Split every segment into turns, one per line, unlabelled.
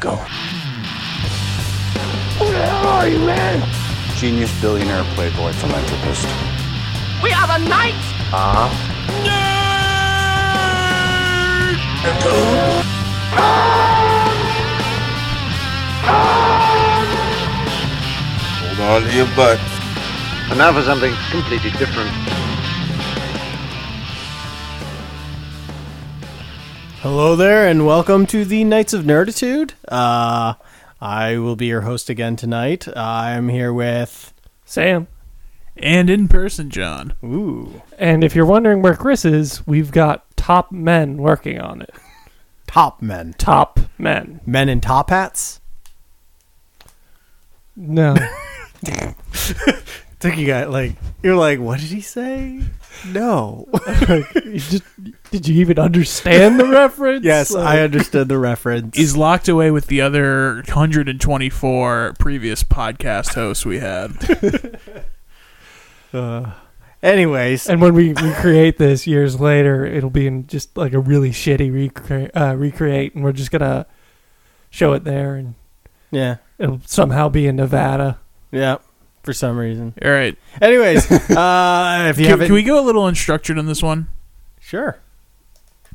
Go. Who the hell are you, man? Genius, billionaire, playboy, philanthropist.
We are the knights
Ah. Uh-huh.
Hold on to your butt.
And now for something completely different.
Hello there, and welcome to the Knights of Nerditude. Uh, I will be your host again tonight. I'm here with.
Sam.
And in person, John.
Ooh.
And if you're wondering where Chris is, we've got top men working on it.
Top men.
Top men.
Men in top hats?
No.
Took you guys, like, you're like, what did he say? No.
You just- did you even understand the reference?
yes, I
Like,
understood the reference.
He's locked away with the other 124 previous podcast hosts we had.
Uh, Anyways,
And when we recreate this years later, it'll be in just like a really shitty recre- uh, recreate, and we're just gonna show it there, and
yeah,
it'll somehow be in Nevada.
yeah, for some reason.
All right.
Anyways, uh, if you
Can,
haven't.
can we go a little unstructured on this one?
Sure.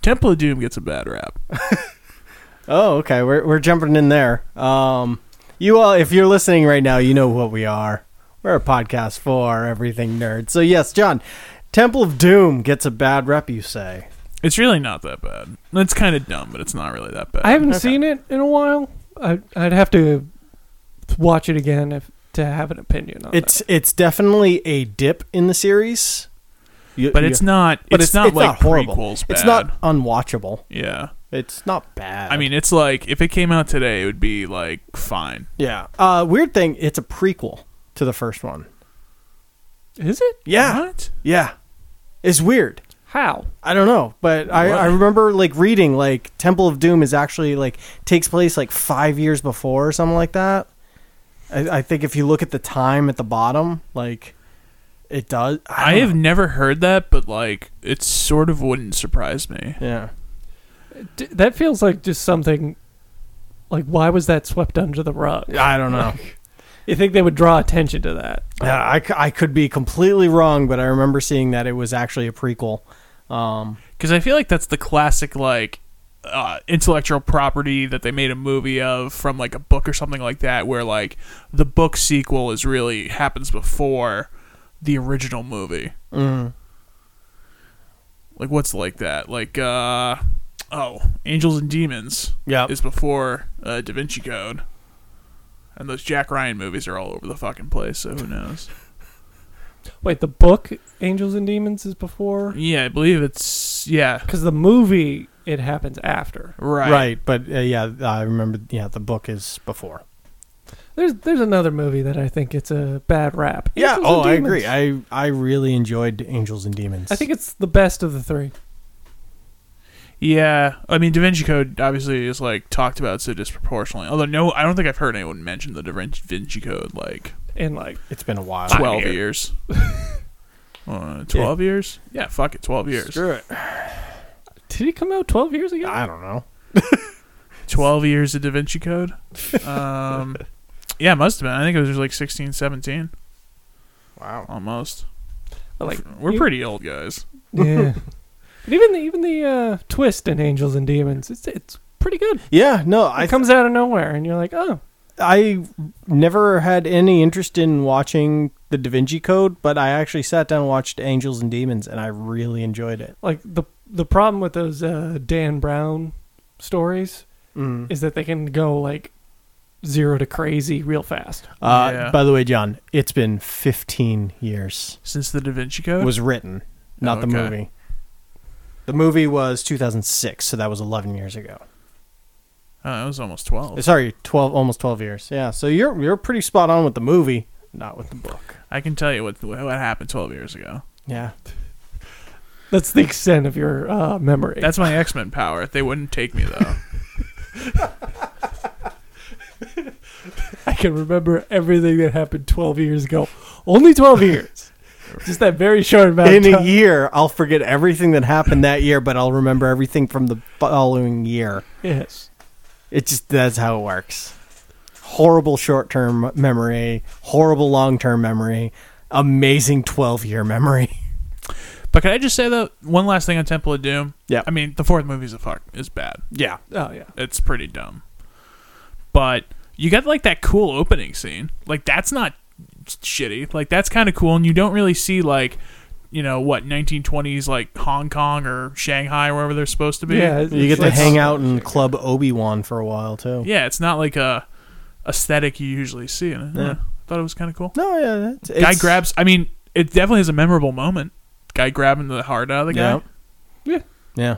Temple of Doom gets a bad rap.
Oh, okay. We're we're jumping in there. Um, you all, if you're listening right now, you know what we are. We're a podcast for everything nerd. So yes, John, Temple of Doom gets a bad rep. You say?
It's really not that bad. It's kind of dumb, but it's not really that bad.
I haven't seen it in a while. I, I'd have to watch it again if to have an opinion on
It's it's definitely a dip in the series, You-
but
you-
it's not. It's,
but
not like
horrible.
prequels. Bad.
It's not unwatchable.
Yeah.
It's not bad.
I mean, it's like if it came out today, it would be like fine.
yeah. Uh, weird thing. It's a prequel to the first one.
that. Is it?
Yeah.
What?
Yeah. It's weird.
How?
I don't know, but I,
What?
I remember like reading like Temple of Doom is actually like takes place like five years before or something like that. I, I think if you look at the time at the bottom, like it does. I,
I
don't
have
know.
never heard that, but like it sort of wouldn't surprise me.
yeah.
D- that feels like just something. Like, why was that swept under the rug?
I don't know.
You think they would draw attention to that?
yeah, I, c- I could be completely wrong, but I remember seeing that it was actually a prequel. Um,
because I feel like that's the classic like uh, intellectual property that they made a movie of from like a book or something like that, where like the book sequel is really happens before the original movie.
Mm-hmm.
Like what's like that? Like uh oh, Angels and Demons
Yep.
is before uh, Da Vinci Code. And those Jack Ryan movies are all over the fucking place, so who knows?
Wait, the book Angels and Demons is before?
Yeah, I believe it's yeah,
Because the movie, it happens after.
right.
right. but uh, yeah, I remember. Yeah, the book is before.
There's there's another movie that I think it's a bad rap.
Yeah.
Angels
Oh,
and
I
Demons.
agree. I I really enjoyed Angels and Demons.
I think it's the best of the three.
Yeah, I mean, Da Vinci Code obviously is like talked about so disproportionately. Although no, I don't think I've heard anyone mention the Da Vin- Vinci Code like
And like,
it's been a while.
twelve
years.
years. uh, twelve years? Yeah, fuck it, twelve years.
Screw it.
did it come out 12 years ago?
I don't know.
Twelve years of Da Vinci Code. Um, yeah, it must have been. I think it was like 16, 17.
Wow.
almost.
But, like
We're
you-
pretty old guys.
Yeah. but even the even the uh, twist in Angels and Demons, it's it's pretty good. It
Yeah, no, I
comes out of nowhere, and you're like, oh,
I never had any interest in watching The Da Vinci Code, but I actually sat down and watched Angels and Demons, and I really enjoyed it.
like the the problem with those uh, Dan Brown stories
Mm-hmm.
is that they can go like zero to crazy real fast.
Uh,
Yeah.
By the way, John, it's been 15 years.
Since the Da Vinci Code,
was written, not the
Okay.
movie. The movie was 2006, so that was 11 years ago.
uh, it was almost twelve.
Sorry, 12, almost 12 years. Yeah, so you're you're pretty spot on with the movie, not with the book.
I can tell you what what happened twelve years ago.
Yeah.
That's the extent of your uh, memory.
That's my X Men power. They wouldn't take me though.
I can remember everything that happened 12 years ago. Only 12 years. Just that very short amount
in
of
a
time.
year, I'll forget everything that happened that year, but I'll remember everything from the following year.
Yes.
It just that's how it works. Horrible short-term memory, horrible long-term memory, amazing 12-year memory.
But can I just say though, one last thing on Temple of Doom?
Yeah.
I mean, the fourth movie's a fuck is bad.
Yeah.
Oh yeah.
It's pretty dumb. But you got like that cool opening scene. Like that's not shitty. Like that's kind of cool, and you don't really see like you know what 1920s like Hong Kong or Shanghai wherever they're supposed to be.
Yeah, it-
You get to
It's-
hang out in Club Obi-Wan for a while too.
Yeah, it's not like a aesthetic you usually see. In it. Yeah. Thought it was kind of cool.
No, yeah. It's,
guy
it's-
grabs. I mean, it definitely is a memorable moment. Guy grabbing the heart out of the guy.
Yeah. Yeah.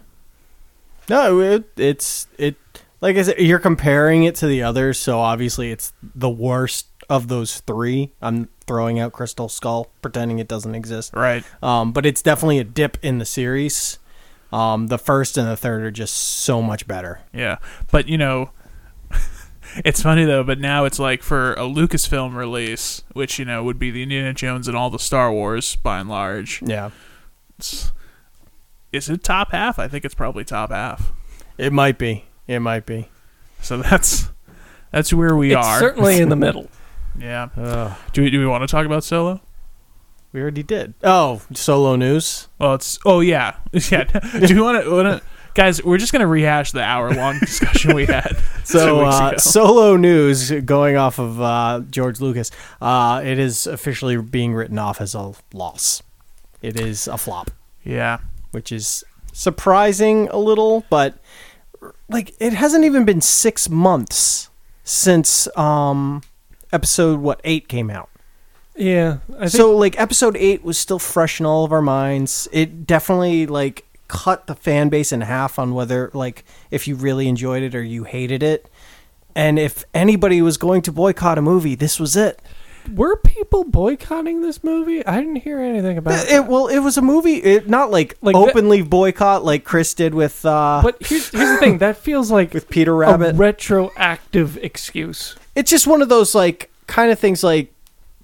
No, it, it's it like I said, you're comparing it to the others, so obviously it's the worst of those three. I'm throwing out Crystal Skull, pretending it doesn't exist.
Right.
Um, but it's definitely a dip in the series. Um, the first and the third are just so much better.
Yeah. But you know, it's funny though. But now it's like for a Lucasfilm release, which you know would be the Indiana Jones and all the Star Wars by and large.
Yeah.
It's, is it top half? I think it's probably top half.
It might be. It might be.
So that's that's where we
It's
are.
certainly in the middle.
yeah.
Ugh.
Do we do we want to talk about Solo?
We already did. Oh, solo news.
Well, it's oh yeah, yeah. Do you want to, guys? We're just gonna rehash the hour long discussion we had. two
So,
weeks
uh,
ago.
solo news going off of uh, George Lucas. Uh, it is officially being written off as a loss. It is a flop,
yeah,
which is surprising a little, but like it hasn't even been six months since um, episode what eight came out.
Yeah, I think
so like episode 8 was still fresh in all of our minds it definitely like cut the fan base in half on whether like if you really enjoyed it or you hated it and if anybody was going to boycott a movie this was it
were people boycotting this movie? I didn't hear anything about
it, it- well it was a movie it not like,
Like that-
openly boycott like chris did with uh
But here's, here's the thing that feels like
with peter
a
rabbit
retroactive excuse.
it's just one of those like kind of things like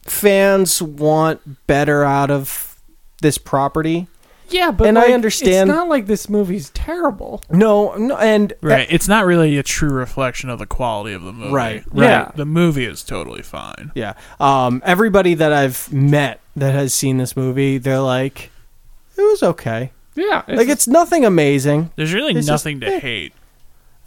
fans want better out of this property
Yeah, but
And I
like,
understand-
It's not like this movie's terrible.
no, no and
right. it's not really a true reflection of the quality of the movie.
Right,
right. Yeah.
The movie is totally fine.
Yeah. Um, everybody that I've met that has seen this movie, they're like, it was okay.
Yeah,
like, it's nothing amazing.
There's really
It's just-
nothing to
eh.
hate.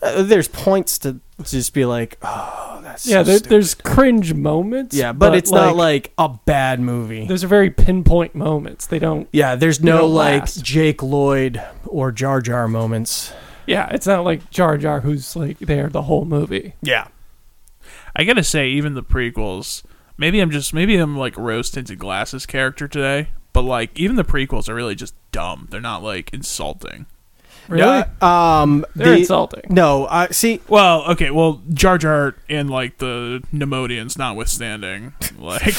Uh, there's points to just be like, oh, that's
yeah.
so
There,
stupid."
there's cringe moments.
yeah, but, it's not like a bad movie.
those are very pinpoint moments. They don't.
yeah, there's no
don't
like
last.
Jake Lloyd or Jar Jar moments.
Yeah, it's not like Jar Jar who's like there the whole movie.
Yeah.
I gotta say, even the prequels. Maybe I'm just maybe I'm like rose tinted glasses character today, but like even the prequels are really just dumb. They're not like insulting.
Really?
um,
They're
the-
insulting.
No, I see.
Well, okay, well Jar Jar and like the Nemodians notwithstanding, like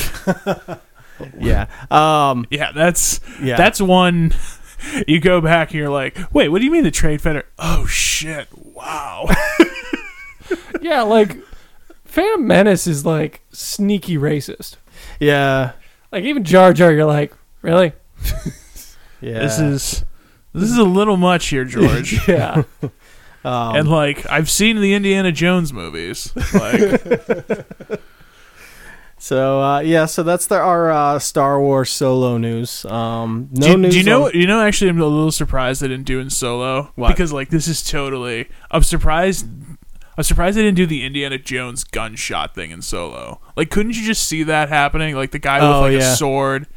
Yeah. Um,
Yeah, that's
Yeah.
that's one. You go back and you're like, wait, what do you mean the trade feder? Oh shit! Wow.
Yeah, like Phantom Menace is like sneaky racist.
yeah.
Like even Jar Jar, you're like, really?
Yeah.
This is this is a little much here, George. Um,
Yeah.
and like, I've seen the Indiana Jones movies. Like,
so uh, yeah. So that's the, our uh, Star Wars solo news. Um, no
do, you-
news.
do you know?
on-
You know, actually, I'm a little surprised they didn't do in Solo
What?
because like this is totally. I'm surprised. I'm surprised they didn't do the Indiana Jones gunshot thing in Solo. Like, couldn't you just see that happening? Like the guy
Oh,
with like
yeah.
a sword.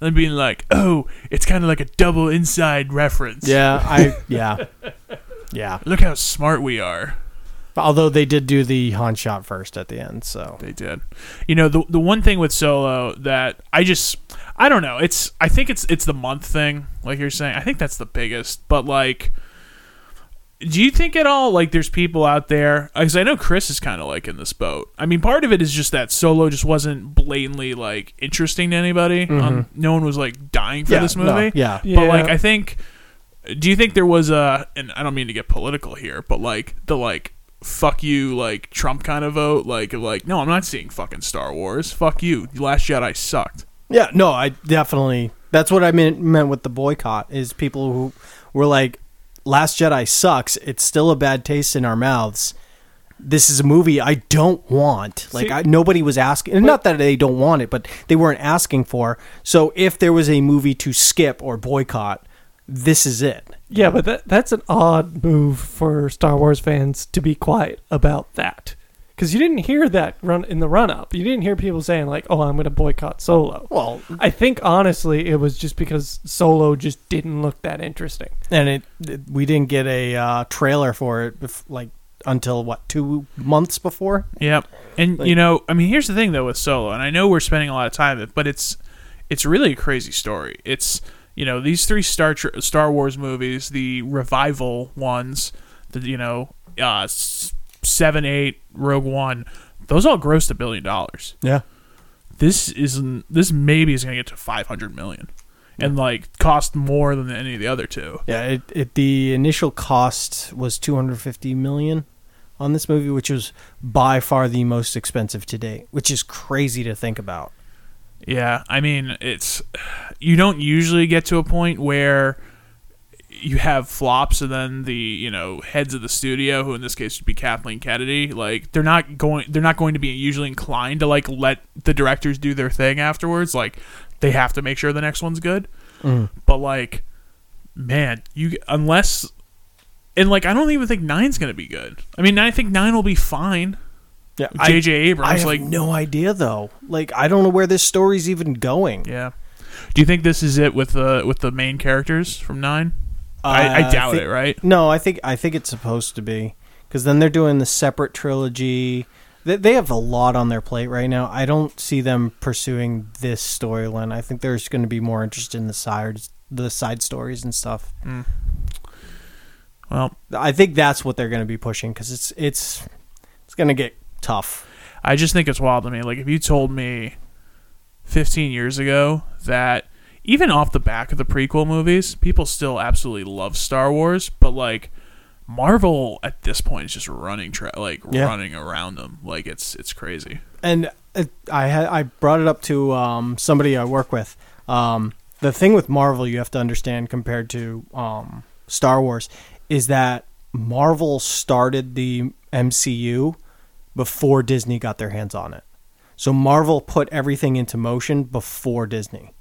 And being like, oh, it's kind of like a double inside reference.
Yeah, I yeah. Yeah.
Look how smart we are.
Although they did do the Han shot first at the end, so
They did. You know, the the one thing with solo that I just I don't know. It's I think it's it's the month thing, like you're saying. I think that's the biggest. But like do you think at all like there's people out there because I know Chris is kind of like in this boat. I mean, part of it is just that solo just wasn't blatantly like interesting to anybody. Um, no one was like dying
Mm-hmm.
for
Yeah,
this
no,
movie.
yeah.
but like
Yeah.
I think do you think there was a and i don't mean to get political here but like the like fuck you like trump kind of vote like like no i'm not seeing fucking star wars fuck you The last jedi sucked
Yeah, no, I definitely that's what I meant meant with the boycott is people who were like Last Jedi sucks, it's still a bad taste in our mouths. this is a movie I don't want. Like
See-
I, nobody was asking, and not that they don't want it, but they weren't asking for. So if there was a movie to skip or boycott, this is it.
Yeah, but that, that's an odd move for Star Wars fans to be quiet about that. Because you didn't hear that run in the run up. You didn't hear people saying, like, oh, I'm going to boycott Solo.
Well-
I think honestly, it was just because Solo just didn't look that interesting.
And it, it- we didn't get a uh, trailer for it, bef- like until what two months before.
Yep. And you know, I mean, here's the thing though with Solo, and I know we're spending a lot of time, with it, but it's it's really a crazy story. It's you know these three Star Tr- Star Wars movies, the revival ones, the you know uh, s- seven, eight, Rogue One, those all grossed a billion dollars.
Yeah.
This isn't. This maybe is going to get to five hundred million, and like cost more than any of the other two.
Yeah, it, it the initial cost was 250 million on this movie, which was by far the most expensive to date, which is crazy to think about.
Yeah, I mean, it's you don't usually get to a point where you have flops and then the you know heads of the studio, who in this case would be Kathleen Kennedy, like they're not going they're not going to be usually inclined to like let the directors do their thing afterwards. Like they have to make sure the next one's good. But like, man, you unless and like I don't even think nine's gonna be good. I mean, I think nine will be fine.
Yeah,
J.J. Abrams,
I have
like-
no idea though. Like, I don't know where this story's even going.
Yeah. Do you think this is it with the with the main characters from Nine? I,
Uh,
I doubt
thi-
it, right?
No, I think I think it's supposed to be because then they're doing the separate trilogy. They, they have a lot on their plate right now. I don't see them pursuing this storyline. I think there's going to be more interest in the side the side stories and stuff.
Mm. Well,
I think that's what they're going to be pushing because it's it's it's going to get tough.
I just think it's wild to me. Like if you told me 15 years ago that even off the back of the prequel movies, people still absolutely love Star Wars, but like Marvel at this point is just running tra- like
Yeah.
running around them. Like it's it's crazy.
and uh, I had I brought it up to um, somebody I work with. Um, the thing with Marvel you have to understand compared to um, Star Wars is that Marvel started the MCU before Disney got their hands on it. So Marvel put everything into motion before Disney.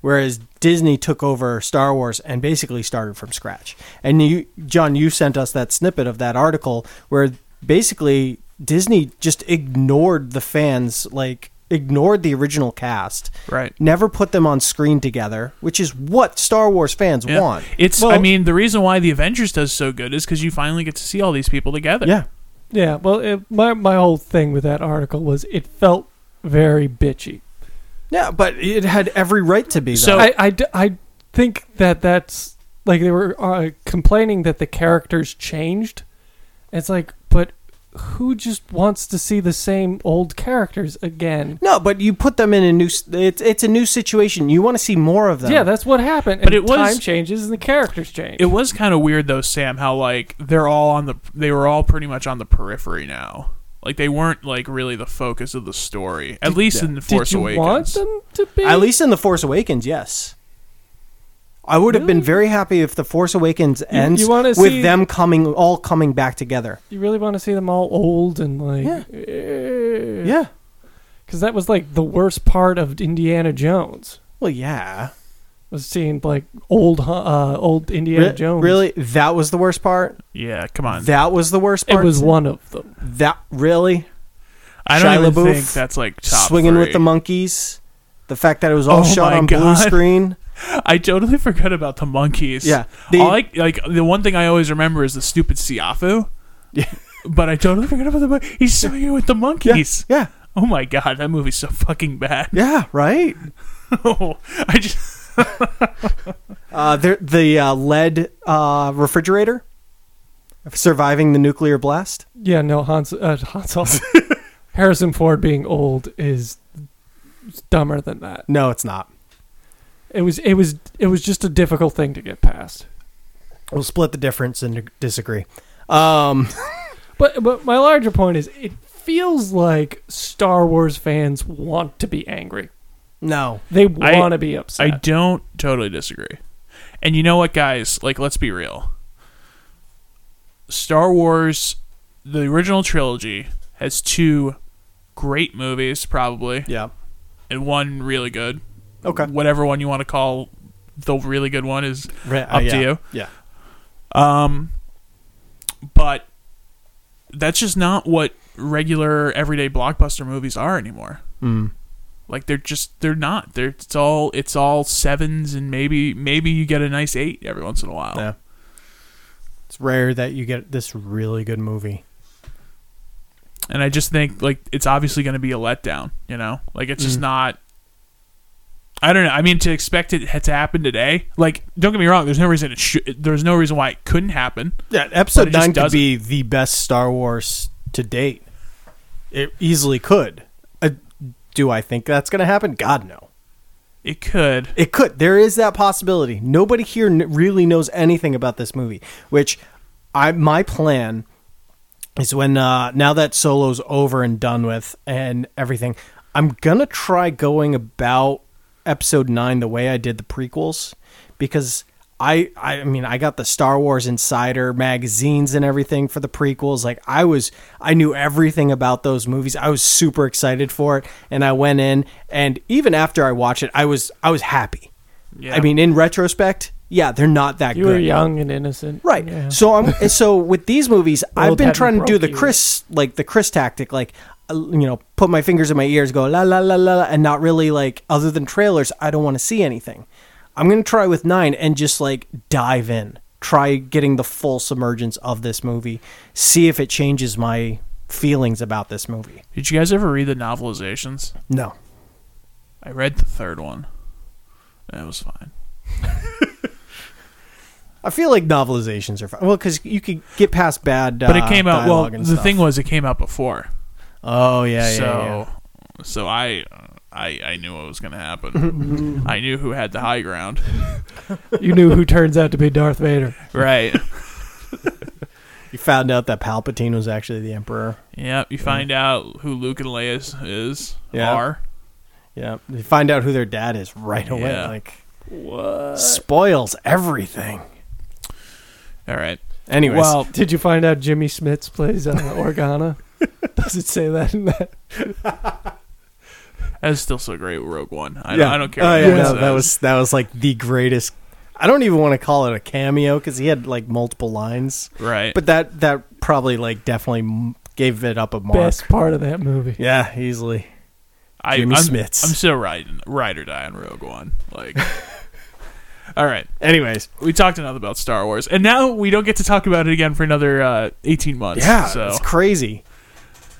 Whereas Disney took over Star Wars and basically started from scratch. And you, John, you sent us that snippet of that article where basically Disney just ignored the fans, like ignored the original cast,
Right.
Never put them on screen together, which is what Star Wars fans
Yeah.
want.
It's I
Well-
mean, the reason why the Avengers does so good is cuz you finally get to see all these people together.
yeah,
Yeah, well, it, my, my whole thing with that article was it felt very bitchy.
yeah, but it had every right to be. Though.
So-
I, I d- I think that that's like they were uh, complaining that the characters changed. It's like, but who just wants to see the same old characters again?
no, but you put them in a new. s- It's it's a new situation. You want to see more of them.
Yeah, that's what happened.
But
and
it was-
time changes and the characters change.
It was kind of weird though, Sam, how like they're all on the they were all pretty much on the periphery now. Like they weren't like really the focus of the story. At least in Force
Did you
Awakens.
want them to be?
At least in The Force Awakens, yes. I would have been very happy if The Force Awakens ends
you wanna
with
see-
them coming all coming back together.
you really want to see them all old and like,
Yeah.
yeah,
Yeah.
because that was like the worst part of Indiana Jones
Well, yeah.
was seeing like old, hu- uh, old Indiana
Re-
Jones.
Really, that was the worst part.
Yeah, come on.
That was the worst
it
part.
was one of them.
that really
I don't
Shia
even
LaBeouf
think that's like top
swinging with the
three.
monkeys. The fact that it was all
Oh
shot
my
on blue
God.
screen.
I totally forgot about the monkeys.
Yeah,
I
the-
like like the one thing I always remember is the stupid Siafu.
Yeah.
But I totally forgot about the mon- he's swinging with the monkeys.
Yeah.
Oh my god, that movie's so fucking bad.
Yeah. Right.
I just
Uh, there, the uh, lead uh, refrigerator surviving the nuclear blast.
Yeah, no, Hans, uh, Hans Solo- Harrison Ford being old is dumber than that.
No, it's not.
It was, it was, it was just a difficult thing to get past.
We'll split the difference and disagree. Um,
But, but my larger point is, it feels like Star Wars fans want to be angry.
no.
They
I-
want to be upset.
I don't totally disagree. And you know what, guys? Like, let's be real. Star Wars the original trilogy has two great movies, probably,
Yeah.
and one really good.
Okay.
Whatever one you want to call the really good one is
Right, uh,
up
yeah.
to you.
Yeah.
Um, but that's just not what regular everyday blockbuster movies are anymore. Like they're just they're not. They're it's all it's all sevens and maybe maybe you get a nice eight every once in a while.
Yeah. Oh. It's rare that you get this really good movie.
And I just think like it's obviously going to be a letdown. You know, like it's
Mm.
just not. I don't know. I mean, to expect it to happen today, like don't get me wrong. There's no reason it should. There's no reason why it couldn't happen.
Yeah, episode
But it just
nine could
doesn't.
be the best Star Wars to date. It easily could. Uh, do I think that's going to happen? God no.
It could.
It could. There is that possibility. Nobody here kn- really knows anything about this movie, which I my plan is when uh, now that Solo's over and done with and everything, I'm gonna try going about episode nine the way I did the prequels because. I, I mean I got the Star Wars Insider magazines and everything for the prequels. Like I was I knew everything about those movies. I was super excited for it and I went in and even after I watched it I was I was happy.
Yeah.
I mean in retrospect, yeah, they're not that
You
good.
were young and innocent.
Right.
Yeah.
So I'm and so with these movies, I've
World
been
hadn't
trying to do
broke
the
you.
Chris like the Chris tactic, like uh, you know, put my fingers in my ears, go la la la la, la, and not really like other than trailers, I don't want to see anything. I'm gonna try with nine and just like dive in, try getting the full submergence of this movie, see if it changes my feelings about this movie.
Did you guys ever read the novelizations?
No,
I read the third one. That was fine.
I feel like novelizations are fine. Well, because you could get past bad, uh,
But it came out well.
dialogue and
The thing
stuff.
was, it came out before,
oh yeah, yeah,
so
yeah.
so I I I knew what was gonna happen. I knew who had the high ground,
You knew who turns out to be Darth Vader.
right?
you found out that Palpatine was actually the Emperor.
yep. You find out who Luke and Leia is, is
Yeah.
are.
Yeah, you find out who their dad is right away.
Yeah.
Like, spoils everything.
All right.
Anyways,
Well,
Did you find out Jimmy Smits plays uh, Organa? Does it say that in that?
that's still so great. with Rogue One. I,
yeah,
don't, I don't care.
Oh,
what
yeah,
anyone
no, that
says.
was that was like the greatest. I don't even want to call it a cameo because he had like multiple lines,
right.
but that that probably like definitely m- gave it up a mark.
Best part of that movie.
Yeah, easily.
I,
Jimmy
I'm,
Smits.
I'm still riding ride or die on Rogue One. Like. All right.
Anyways,
we talked enough about Star Wars, and now we don't get to talk about it again for another uh, eighteen months.
yeah,
So,
it's crazy.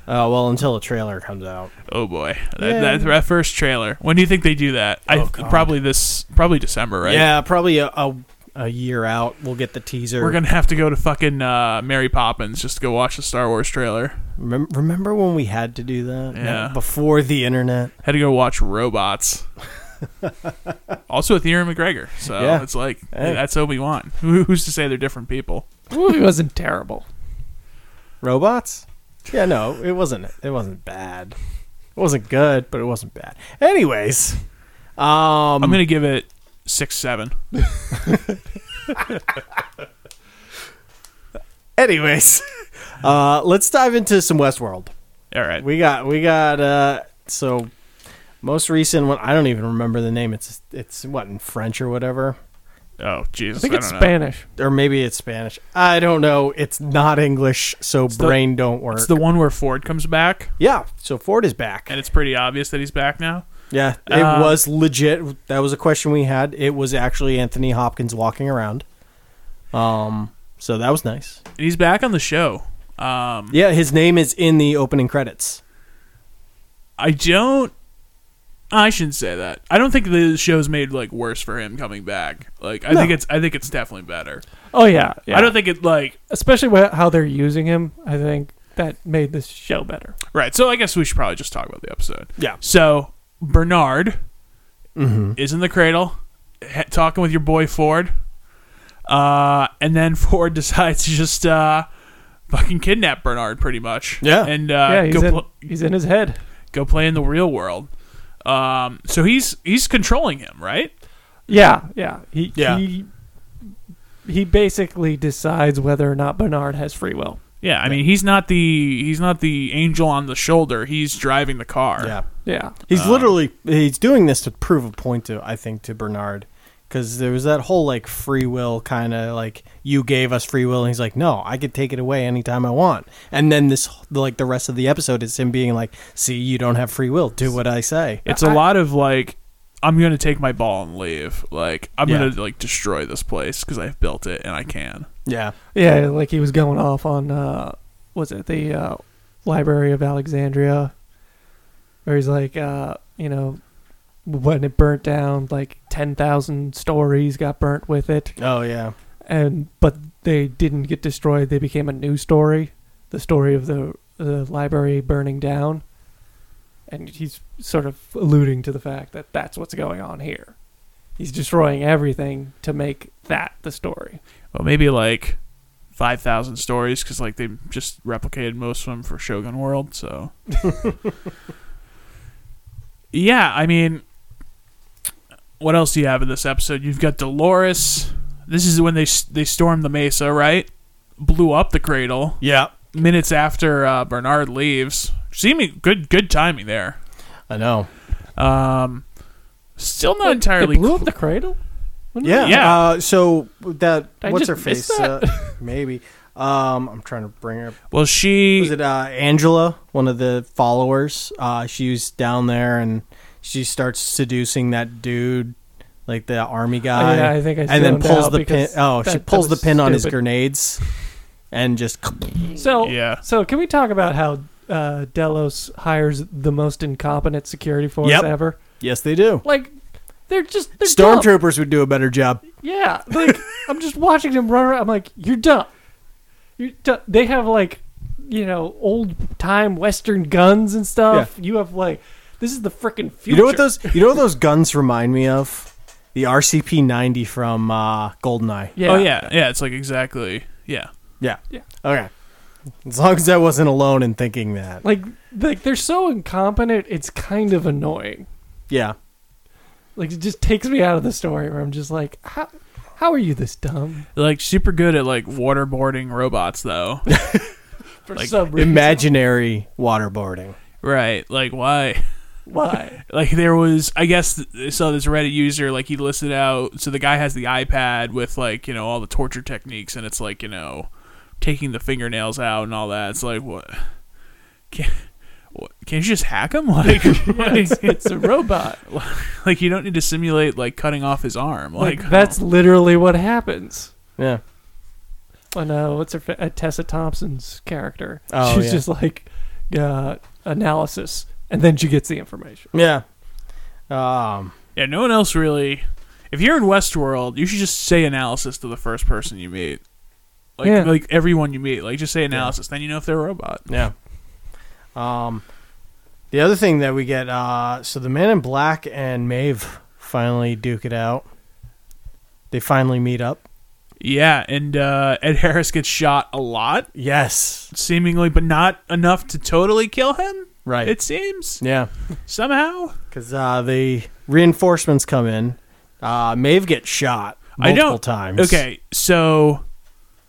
Uh, well, until a trailer comes out.
oh boy, that, that, that first trailer. When do you think they do that? I probably this probably December, right?
Oh, Yeah, probably a, a a year out. We'll get the teaser.
We're gonna have to go to fucking uh, Mary Poppins just to go watch the Star Wars trailer.
Remem- remember when we had to do that?
Yeah.
Before the internet.
Had to go watch Robots. also with Ewan McGregor, so
Yeah.
it's like
Hey.
that's Obi Wan. Who, who's to say they're different people?
The movie wasn't terrible.
robots yeah no it wasn't it wasn't bad it wasn't good but it wasn't bad anyways um
I'm
Hmm.
gonna give it six seven.
anyways uh let's dive into some westworld
All right,
we got we got uh so most recent one i don't even remember the name it's it's what in french or whatever
oh Jesus,
I think it's
don't know.
Spanish.
or maybe it's spanish i don't know it's not english so
the-
brain don't work
It's the one where Ford comes back.
yeah so ford is back
and it's pretty obvious that he's back now.
yeah it
Uh,
was legit that was a question we had it was actually anthony hopkins walking around um so that was nice
And he's back on the show. Um,
Yeah, his name is in the opening credits.
I don't. I shouldn't say that. I don't think the show's made like worse for him coming back. Like I think it's I think it's definitely better.
Oh yeah, yeah.
I don't think it like
especially wh- how they're using him. I think that made this show better.
right. So I guess we should probably just talk about the episode.
Yeah.
So Bernard
Mm-hmm.
is in the cradle ha- talking with your boy Ford, uh, and then Ford decides to just uh, fucking kidnap Bernard pretty much.
Yeah.
And
yeah,
uh,
he's
go
in,
pl-
he's in his head.
go play in the real world. Um, so he's he's controlling him, right?
Yeah, yeah. He
Yeah.
he he basically decides whether or not Bernard has free will.
Yeah, I mean he's not the he's not the angel on the shoulder. He's driving the car.
Yeah.
Yeah.
He's
Uh,
literally he's doing this to prove a point to I think to Bernard because there was that whole like free will kind of like you gave us free will and he's like no I could take it away anytime I want and then this like the rest of the episode is him being like see you don't have free will do what I say
It's a lot of like I'm going to take my ball and leave. Like I'm
Yeah.
going to like destroy this place cuz I've built it and I can.
yeah
Yeah, like he was going off on uh was it the uh Library of Alexandria where he's like uh you know when it burnt down like 10,000 stories got burnt with it
oh yeah
and but they didn't get destroyed they became a new story the story of the the library burning down and he's sort of alluding to the fact that that's what's going on here he's destroying everything to make that the story
Well, maybe like 5,000 stories cuz like they just replicated most of them for Shogun World, so Yeah, I mean what else do you have in this episode? You've got Dolores. This is when they s- they stormed the mesa, right? Blew up the cradle.
yeah
minutes after uh, Bernard leaves. Seeming good, good timing there.
I know
Um, still not entirely.
they blew up
cl-
the cradle When did
yeah
Yeah.
uh, so that
I
what's
just
her face
missed that.
Uh, maybe um I'm trying to bring her
well,
was
she
it uh, Angela, one of the followers? Uh, she was down there and she starts seducing that dude, like the army guy.
Oh, yeah, I think I
and then
zoned
pulls
out
the pin.
because
Oh, she
that- that
pulls the
was
pin on his
stupid.
grenades, and just
So
Yeah.
So can we talk about how uh, Delos hires the most incompetent security force
Yep.
ever?
yes, they do.
Like they're just they're dumb.
Stormtroopers would do a better job.
Yeah. Like I'm just watching them run around. I'm like, you're dumb. You're dumb. They have like you know old time Western guns and stuff. You have like this is the freaking
You
future.
know what those? You know what those guns remind me of? The RCP ninety from uh, Goldeneye.
Yeah.
Oh yeah, yeah. It's like exactly. Yeah.
Yeah.
Yeah.
Okay. As long as I wasn't alone in thinking that.
Like like they're so incompetent. It's kind of annoying.
Yeah.
Like it just takes me out of the story where I'm just like, how how are you this dumb
Like super good at like waterboarding robots though.
for
Like,
some reason?
Imaginary waterboarding.
right. Like why?
Why?
like there was i guess th- so this reddit user like he listed out so the guy has the ipad with like you know all the torture techniques and it's like you know taking the fingernails out and all that it's like what can what, can't you just hack him like like,
It's a robot.
like, you don't need to simulate like cutting off his arm like,
Like, that's literally what happens.
Yeah.
When uh, what's her fa- uh, Tessa Thompson's character?
Oh,
She's
yeah.
just like uh, analysis, and then she gets the information.
Yeah. Um.
yeah no one else really if you're in westworld you should just say analysis to the first person you meet like,
Yeah.
like everyone you meet like just say analysis then you know if they're a robot
Yeah. Um, the other thing that we get, uh, so the Man in Black and Maeve finally duke it out. They finally meet up.
Yeah, and uh, Ed Harris gets shot a lot,
Yes.
seemingly, but not enough to totally kill him.
Right.
It seems
Yeah.
somehow.
Because uh, the reinforcements come in. Uh, Maeve gets shot
I
multiple
don't,
times.
Okay, so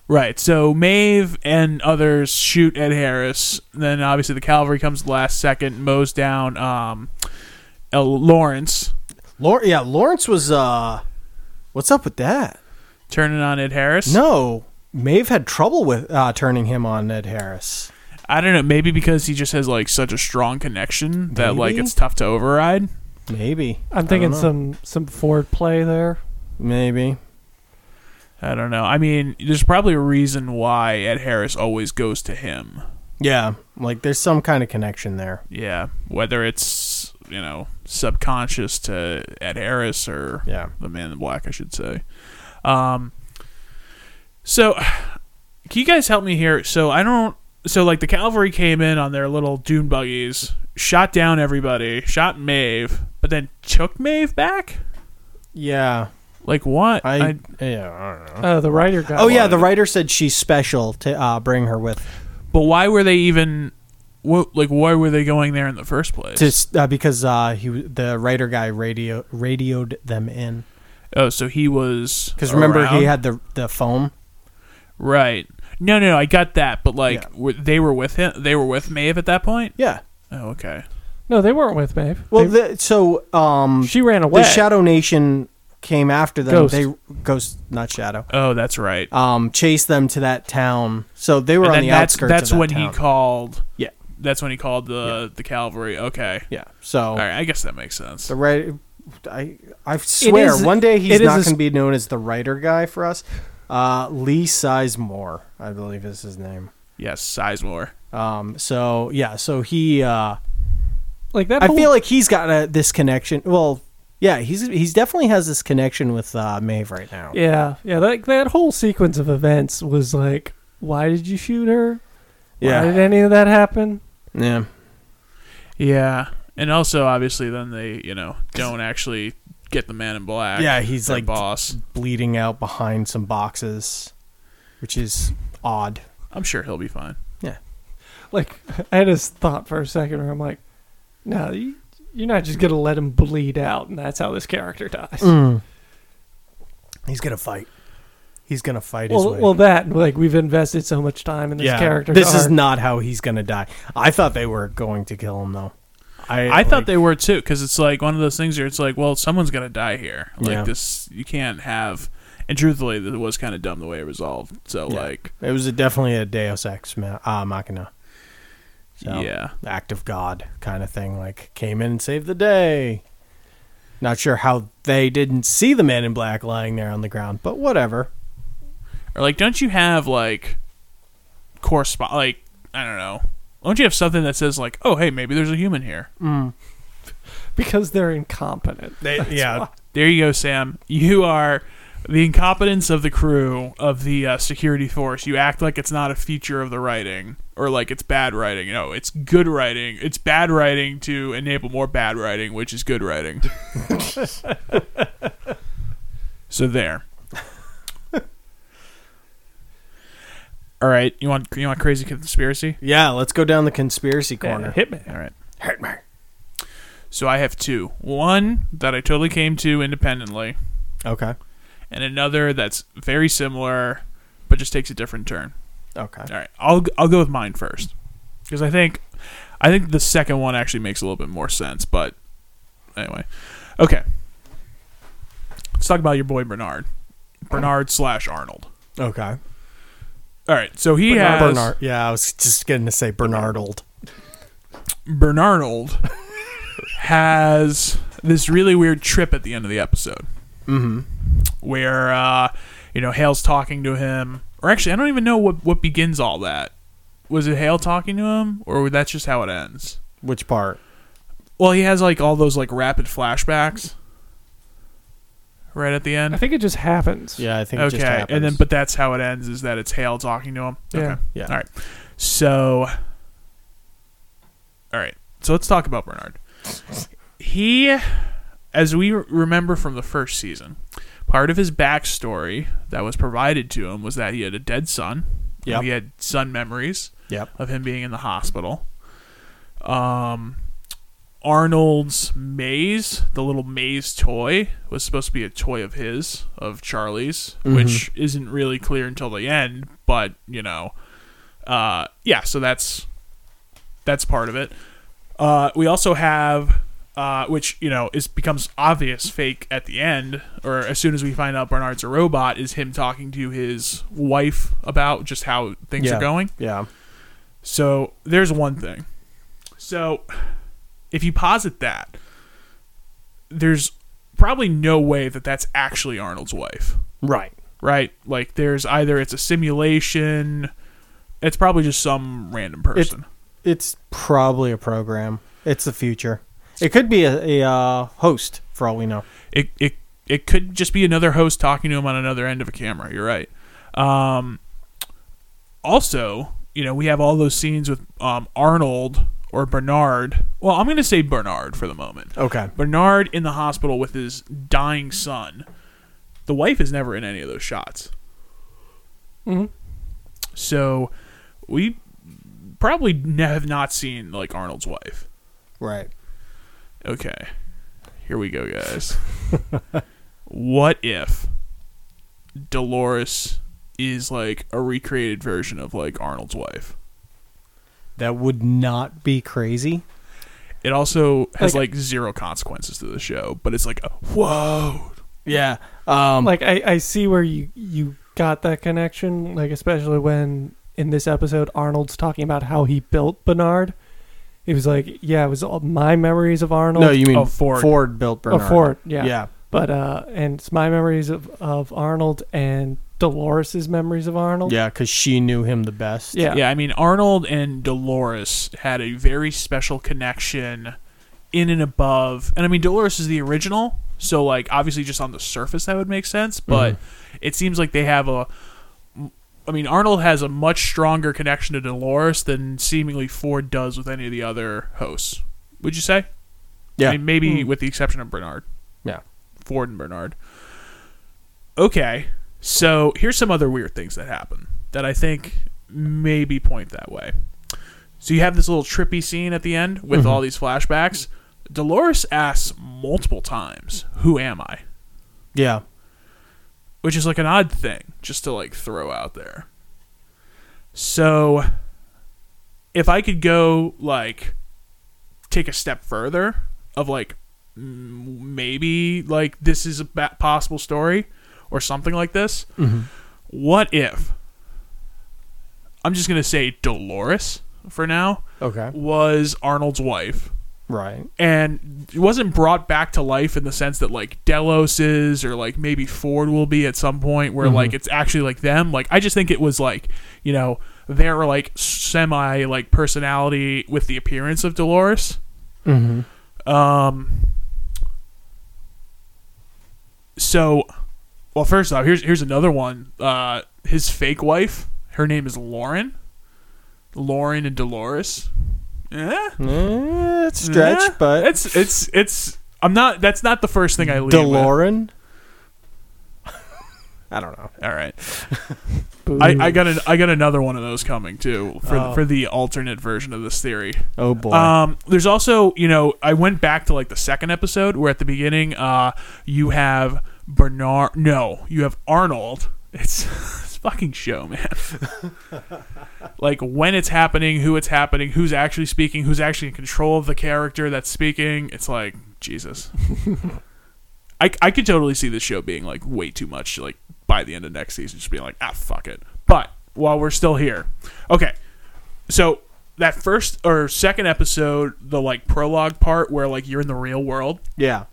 right, so Maeve and others shoot Ed Harris. Then obviously the cavalry comes last second, mows down um, El- Lawrence,
Lor- yeah, Lawrence was. Uh, what's up with that?
turning on Ed Harris.
No, Maeve had trouble with uh, turning him on Ned Harris.
I don't know. Maybe because he just has like such a strong connection that like
Maybe?
it's tough to override.
Maybe.
I'm thinking some some Ford play there.
Maybe.
I don't know. I mean, there's probably a reason why Ed Harris always goes to him.
Yeah. Like there's some kind of connection there.
Yeah, whether it's you know subconscious to Ed Harris or
Yeah.
the Man in Black, I should say. Um, so can you guys help me here? So I don't. So like the cavalry came in on their little dune buggies, shot down everybody, shot Maeve, but then took Maeve back.
Yeah.
Like what?
I, yeah, I don't know.
Uh, the writer guy.
Oh yeah, the writer said she's special to uh, bring her with
but why were they even? What like why were they going there in the first place?
to uh, because uh, he w- the writer guy radio radioed them in
Oh, so he was
because remember
around?
he had the the foam.
right. No, no, no, I got that, but like were, they were with him. They were with Maeve at that point.
Yeah.
Oh, okay.
No, they weren't with Maeve.
Well,
They-
the, so um,
she ran away.
the Shadow Nation came after them.
Ghost.
They ghost, not Shadow.
Oh, that's right.
Um, chased them to that town. So they were
And
on
then
the
that's
outskirts.
that's
of that
when
town.
he called.
Yeah,
That's when he called the the cavalry. Okay.
yeah. So
All right. I guess that makes sense.
the right, I I swear,
is-
one day he's
it is
not
a
going to
sp-
be known as the writer guy for us. Uh, Lee Sizemore, I believe is his name.
Yes, Sizemore.
Um, so yeah, so he. Uh,
like that.
I
whole-
feel like he's got a, this connection. Well, yeah, he's he's definitely has this connection with uh, Maeve right now.
Yeah, yeah. Like that whole sequence of events was like, why did you shoot her? Why did any of that happen?
yeah.
Yeah, and also obviously then they you know don't actually get the Man in Black.
Yeah, he's
their
like-
boss.
bleeding out behind some boxes, which is odd.
I'm sure he'll be fine.
Like, I had this thought for a second where I'm like, no, you, you're not just gonna let him bleed out, and that's how this character dies.
Mm. He's gonna fight. He's gonna fight his
Well,
way.
well, that like we've invested so much time in this character.
This is
arc.
not how he's gonna die. I thought they were going to kill him though. I
I thought
like,
they were too, because it's like one of those things where it's like, well, someone's gonna die here. Like
Yeah.
this, you can't have. And truthfully, it was kind of dumb the way it resolved. So
Yeah.
like,
it was a, definitely a Deus Ex ma- uh, Machina. So,
yeah,
act of God kind of thing. Like came in and saved the day. Not sure how they didn't see the man in black lying there on the ground, but whatever.
or like, don't you have like, correspond? Like, I don't know. Don't you have something that says like, oh, hey, maybe there's a human here?
because they're incompetent.
They, yeah,
There you go, Sam. You are the incompetence of the crew of the uh, security force. You act like it's not a feature of the writing or like it's bad writing. No, it's good writing. It's bad writing to enable more bad writing, which is good writing. so there. All right, you want you want crazy conspiracy?
yeah. Let's go down the conspiracy corner.
hit me.
All right. So I have two. One that I totally came to independently.
Okay.
and another that's very similar but just takes a different turn.
Okay.
All right, I'll I'll go with mine first because I think I think the second one actually makes a little bit more sense. But anyway, okay, let's talk about your boy Bernard, Bernard slash Arnold.
Okay.
All right, so he
Bernard,
has
Bernard. Yeah, I was just going to say Bernardold.
Bernardold has this really weird trip at the end of the episode, mm-hmm. where uh, you know Hale's talking to him, or actually I don't even know what what begins all that. Was it Hale talking to him, or that's just how it ends?
Which part?
Well, he has like all those like rapid flashbacks right at the end.
I think it just happens.
Yeah, I think it
okay,
just happens.
and then but that's how it ends is that it's Hale talking to him.
Yeah.
Okay,
Yeah.
All right, so all right, so let's talk about Bernard. He, as we remember from the first season, part of his backstory that was provided to him was that he had a dead son.
Yep.
he had son memories
Yep.
of him being in the hospital. Um, Arnold's maze, the little maze toy, was supposed to be a toy of his, of Charlie's,
Mm-hmm.
which isn't really clear until the end. But you know, uh, yeah. So that's that's part of it. Uh, we also have, uh, which you know is becomes obvious fake at the end, or as soon as we find out Bernard's a robot, is him talking to his wife about just how things
yeah.
are going.
Yeah.
So there's one thing. So if you posit that, there's probably no way that that's actually Arnold's wife,
Right.
right? Like there's either it's a simulation, it's probably just some random
It's
person.
it's probably a program. It's the future. It could be a, a uh, host for all we know.
It it it could just be another host talking to him on another end of a camera. You're right. Um, also, you know, we have all those scenes with um, Arnold or Bernard. Well, I'm going to say Bernard for the moment.
Okay.
Bernard in the hospital with his dying son. The wife is never in any of those shots. Mm-hmm. So we probably ne- have not seen like Arnold's wife.
Right.
Okay. Here we go, guys. what if Dolores is like a recreated version of like Arnold's wife.
That would not be crazy.
It also has
Like-
like, zero consequences to the show, but it's like a, whoa.
Yeah. Um,
like I, I see where you you got that connection like especially when in this episode arnold's talking about how he built bernard he was like yeah it was all my memories of arnold
no, you mean
oh,
Ford.
Ford.
built
Oh,
Bernard.
Ford, yeah
Yeah.
but uh and it's my memories of, of arnold and dolores's memories of arnold
Yeah, because she knew him the best.
yeah
Yeah, I mean Arnold and Dolores had a very special connection in and above. And I mean Dolores is the original, so like obviously just on the surface that would make sense, but it seems like they have a I mean Arnold has a much stronger connection to Dolores than seemingly Ford does with any of the other hosts. Would you say?
Yeah.
I mean, maybe with the exception of Bernard.
Yeah.
Ford and Bernard. Okay, so here's some other weird things that happen that I think maybe point that way. So you have this little trippy scene at the end with all these flashbacks. Dolores asks multiple times, "Who am I?"
Yeah.
which is like an odd thing just to like throw out there. So if I could go like take a step further of like m- maybe like this is a ba- possible story or something like this. What if I'm just going to say Dolores for now
Okay.
was Arnold's wife
Right.
and it wasn't brought back to life in the sense that like Delos is or like maybe Ford will be at some point where like it's actually like them. Like I just think it was like, you know, their like semi like personality with the appearance of Dolores.
Mm-hmm.
Um so well first off, here's here's another one. Uh his fake wife, her name is Lauren. Lauren and Dolores. Eh? Yeah.
Eh, it's a stretch,
Yeah,
but it's
it's it's it's. I'm not. That's not the first thing I leave. with.
Delorean. I don't know.
All right. I, I got an, I got another one of those coming too for
Oh.
for the alternate version of this theory.
Oh boy.
Um, there's also you know I went back to like the second episode where at the beginning uh you have Bernard. No, you have Arnold. It's it's fucking show man. like when it's happening, who it's happening, who's actually speaking, who's actually in control of the character that's speaking. It's like Jesus. I, I could totally see this show being like way too much like by the end of next season just being like ah fuck it but while we're still here okay so that first or second episode the like prologue part where like you're in the real world
yeah.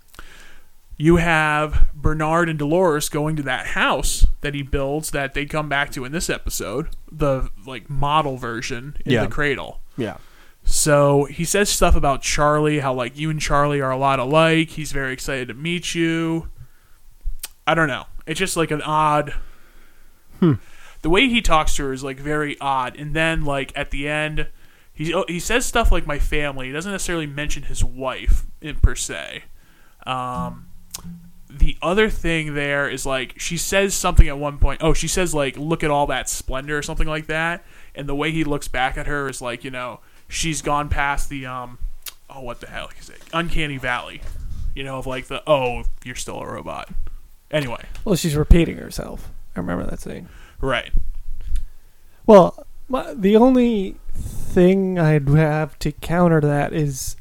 you have Bernard and Dolores going to that house that he builds that they come back to in this episode the like model version in
Yeah.
the cradle
Yeah.
so he says stuff about Charlie, how like you and Charlie are a lot alike. He's very excited to meet you. I don't know. It's just like an odd. The way he talks to her is like very odd, and then like at the end, he oh, he says stuff like my family. He doesn't necessarily mention his wife in per se. Um, the other thing there is like she says something at one point. Oh, she says like look at all that splendor or something like that. And the way he looks back at her is like you know she's gone past the um oh what the hell is it uncanny valley, you know of like the oh you're still a robot. Anyway,
well she's repeating herself i remember that scene
right?
Well, my, the only thing I'd have to counter that is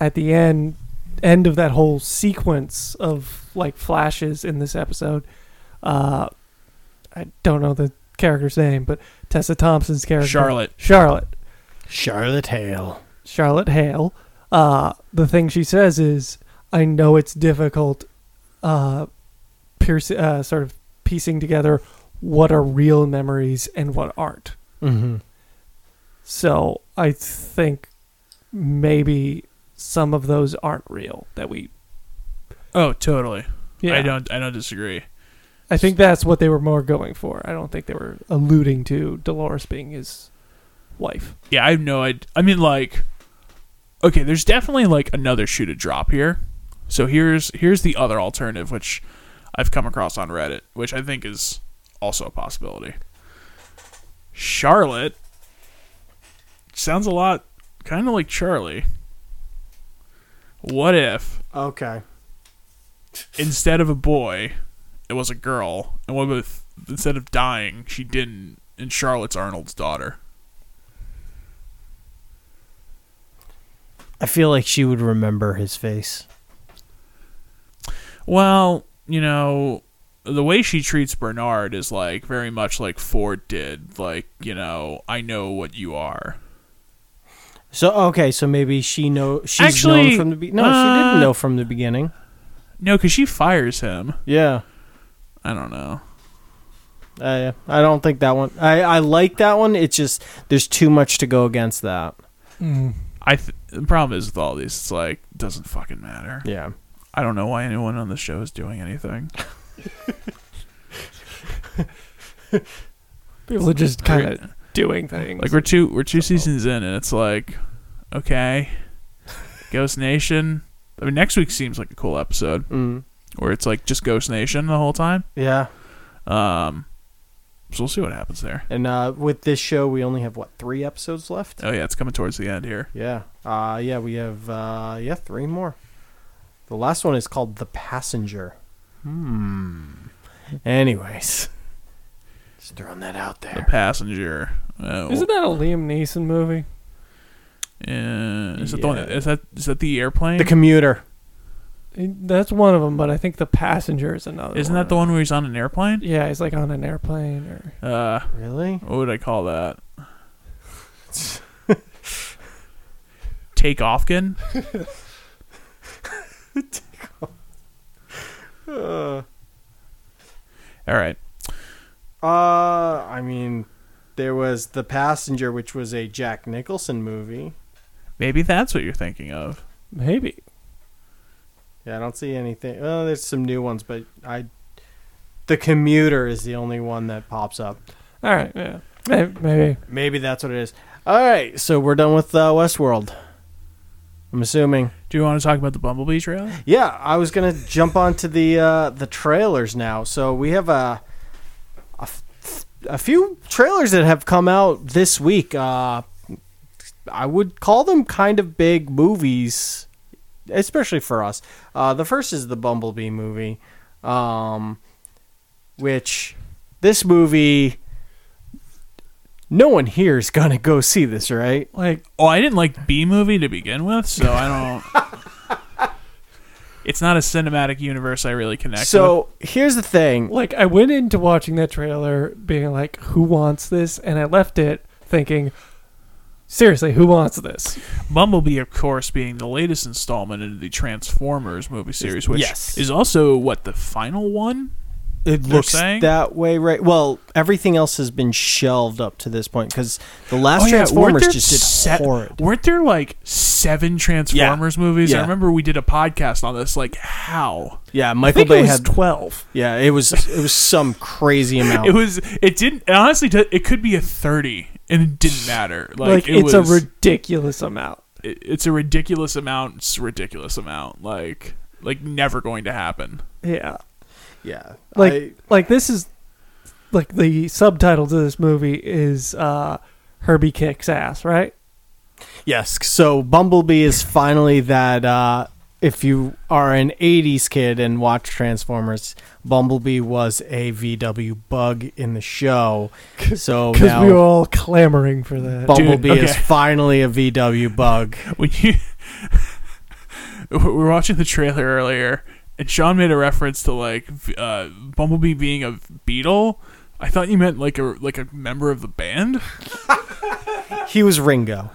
at the end end of that whole sequence of like flashes in this episode. Uh, I don't know the character's name, but Tessa Thompson's character,
Charlotte.
Charlotte,
Charlotte Hale.
Charlotte Hale. Uh, the thing she says is, "I know it's difficult, uh, pierce, uh, sort of piecing together what are real memories and what aren't."
Mm-hmm.
So I think maybe some of those aren't real that we.
Oh, totally.
Yeah,
I don't I don't disagree.
I think that's what they were more going for. I don't think they were alluding to Dolores being his wife.
Yeah, I have no idea. I mean, like, okay, there's definitely like another shoe to drop here. So here's here's the other alternative, which I've come across on Reddit, which I think is also a possibility. Charlotte sounds a lot kind of like Charlie. What if
Okay.
instead of a boy, it was a girl, and what if instead of dying, she didn't in Charlotte's Arnold's daughter.
I feel like she would remember his face.
Well, you know, the way she treats Bernard is like very much like Ford did. Like, you know, I know what you are.
So okay, so maybe she know she's
Actually,
known from the be- no, she
uh,
didn't know from the beginning.
No, because she fires him.
Yeah,
I don't know.
I I don't think that one. I I like that one. It's just there's too much to go against that.
Mm. I th- the problem is with all these, it's like doesn't fucking matter.
Yeah.
I don't know why anyone on the show is doing anything.
People are just kind of doing things.
Like we're two we're two seasons in, and it's like, okay, Ghost Nation. I mean, next week seems like a cool episode
Mm.
where it's like just Ghost Nation the whole time.
Yeah.
Um, so we'll see what happens there.
And uh, with this show, we only have what three episodes left.
Oh yeah, it's coming towards the end here.
Yeah. Uh, yeah, we have uh, yeah three more. The last one is called The Passenger. Hmm. Anyways, just throwing that out
The
there.
passenger. Oh,
Isn't that a Liam Neeson movie?
uh, is that the one?
Yeah.
Is that is that the airplane?
The commuter.
That's one of them, but I think the passenger is another.
Isn't that the one where he's on an airplane?
Yeah, he's like on an airplane or
Uh,
Really?
what would I call that? Take Offkin.
Uh,
All right.
Uh, I mean, there was The Passenger, which was a Jack Nicholson movie.
Maybe that's what you're thinking of.
maybe.
Yeah, I don't see anything. Oh, there's some new ones, but I. The commuter is the only one that pops up.
All right, yeah, maybe. maybe.
Maybe that's what it is. All right, so we're done with uh, Westworld. I'm assuming.
Do you want to talk about the Bumblebee trailer?
Yeah, I was gonna jump onto the uh, the trailers now. So we have a a, f- a few trailers that have come out this week. Uh, I would call them kind of big movies, especially for us. Uh, the first is the Bumblebee movie, um, which this movie. No one here is gonna go see this, right?
Like
Oh, I didn't like B movie to begin with, so I don't. it's not a cinematic universe I really connect. with.
So here's the thing.
like I went into watching that trailer being like, "Who wants this?" And I left it thinking, "Seriously, who wants this?"
Bumblebee, of course, being the latest installment in the Transformers movie series, which
Yes.
is also what the final one.
It
They're
looks
saying?
that way, right? Well, everything else has been shelved up to this point because the last
Oh, weren't
Transformers
there
just did
se-
horrid.
Weren't there like seven Transformers movies? I
Yeah.
remember we did a podcast on this. Like how?
Yeah,
I
Michael
think
Bay
it was
had.
twelve.
yeah, it was it was some crazy amount.
It was. It didn't. It honestly, did- it could be a thirty, and it didn't matter. Like,
Like,
it
it's
was,
a ridiculous amount.
it- it's a ridiculous amount. It's a ridiculous amount. Like like never going to happen.
Yeah.
yeah,
like
I-
like this is like the subtitle to this movie is uh Herbie kicks ass, right?
yes. So Bumblebee is finally that. Uh, if you are an '80s kid and watch Transformers, Bumblebee was a VW bug in the show. So
Because
now
we were all clamoring for that.
Bumblebee is
okay.
finally a VW bug.
When you we were watching the trailer earlier, and Sean made a reference to like v- uh, Bumblebee being a beetle. I thought you meant like a like a member of the band.
He was Ringo.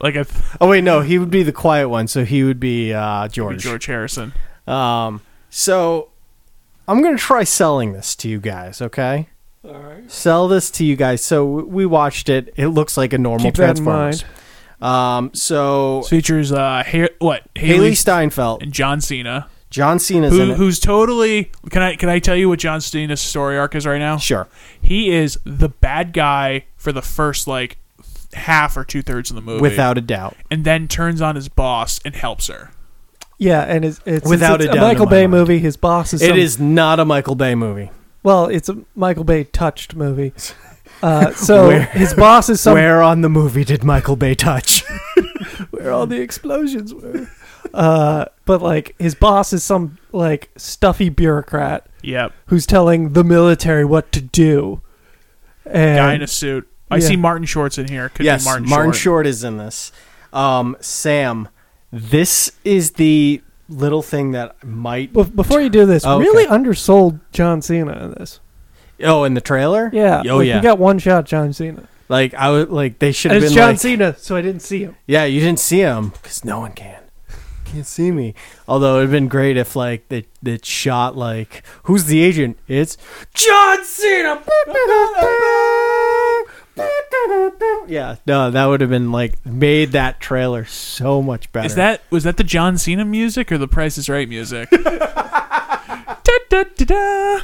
Like I th-
Oh wait, no, he would be the quiet one, so he would be uh, George.
George Harrison.
Um, so I'm gonna try selling this to you guys. Okay,
all right.
sell this to you guys. So w- we watched it. It looks like a normal
Keep that in
Transformers.
mind.
Um, so
Features uh ha- what
Haley
Haley
Steinfeld,
and John Cena,
John Cena's in
who
it.
who's totally can I can I tell you what John Cena's story arc is right now?
sure.
he is the bad guy for the first like half or two thirds of the movie,
Without a doubt,
and then turns on his boss and helps her.
Yeah, and it's, it's since
Without
it's
a
a
doubt in
Michael
my
Bay
mind.
movie. His boss is
it
some-
is not a Michael Bay movie.
well, it's a Michael Bay touched movie. Uh, so
Where-
his boss is some
Where on the movie did Michael Bay touch?
where all the explosions were. Uh, but like his boss is some like stuffy bureaucrat
Yep.
who's telling the military what to do. And
Guy in a suit. I
Yeah.
see Martin Short's in here. Could
yes,
be Martin, Short.
is in this. Um, Sam, this is the little thing that might.
Bef- Before you do this,
Oh, okay.
really undersold John Cena in this.
Oh, in the trailer.
Yeah,
Oh
like,
yeah.
You got one shot, John Cena.
like I was like they should
And
have
it's
been
John
like,
Cena, so I didn't see him.
Yeah, you didn't see him because no one can. Can't see me. Although it'd been great if like they they shot like who's the agent? It's John Cena. Yeah, no, that would have been like made that trailer so much better.
Is that was that the John Cena music or the Price is Right music? Da-da-da-da.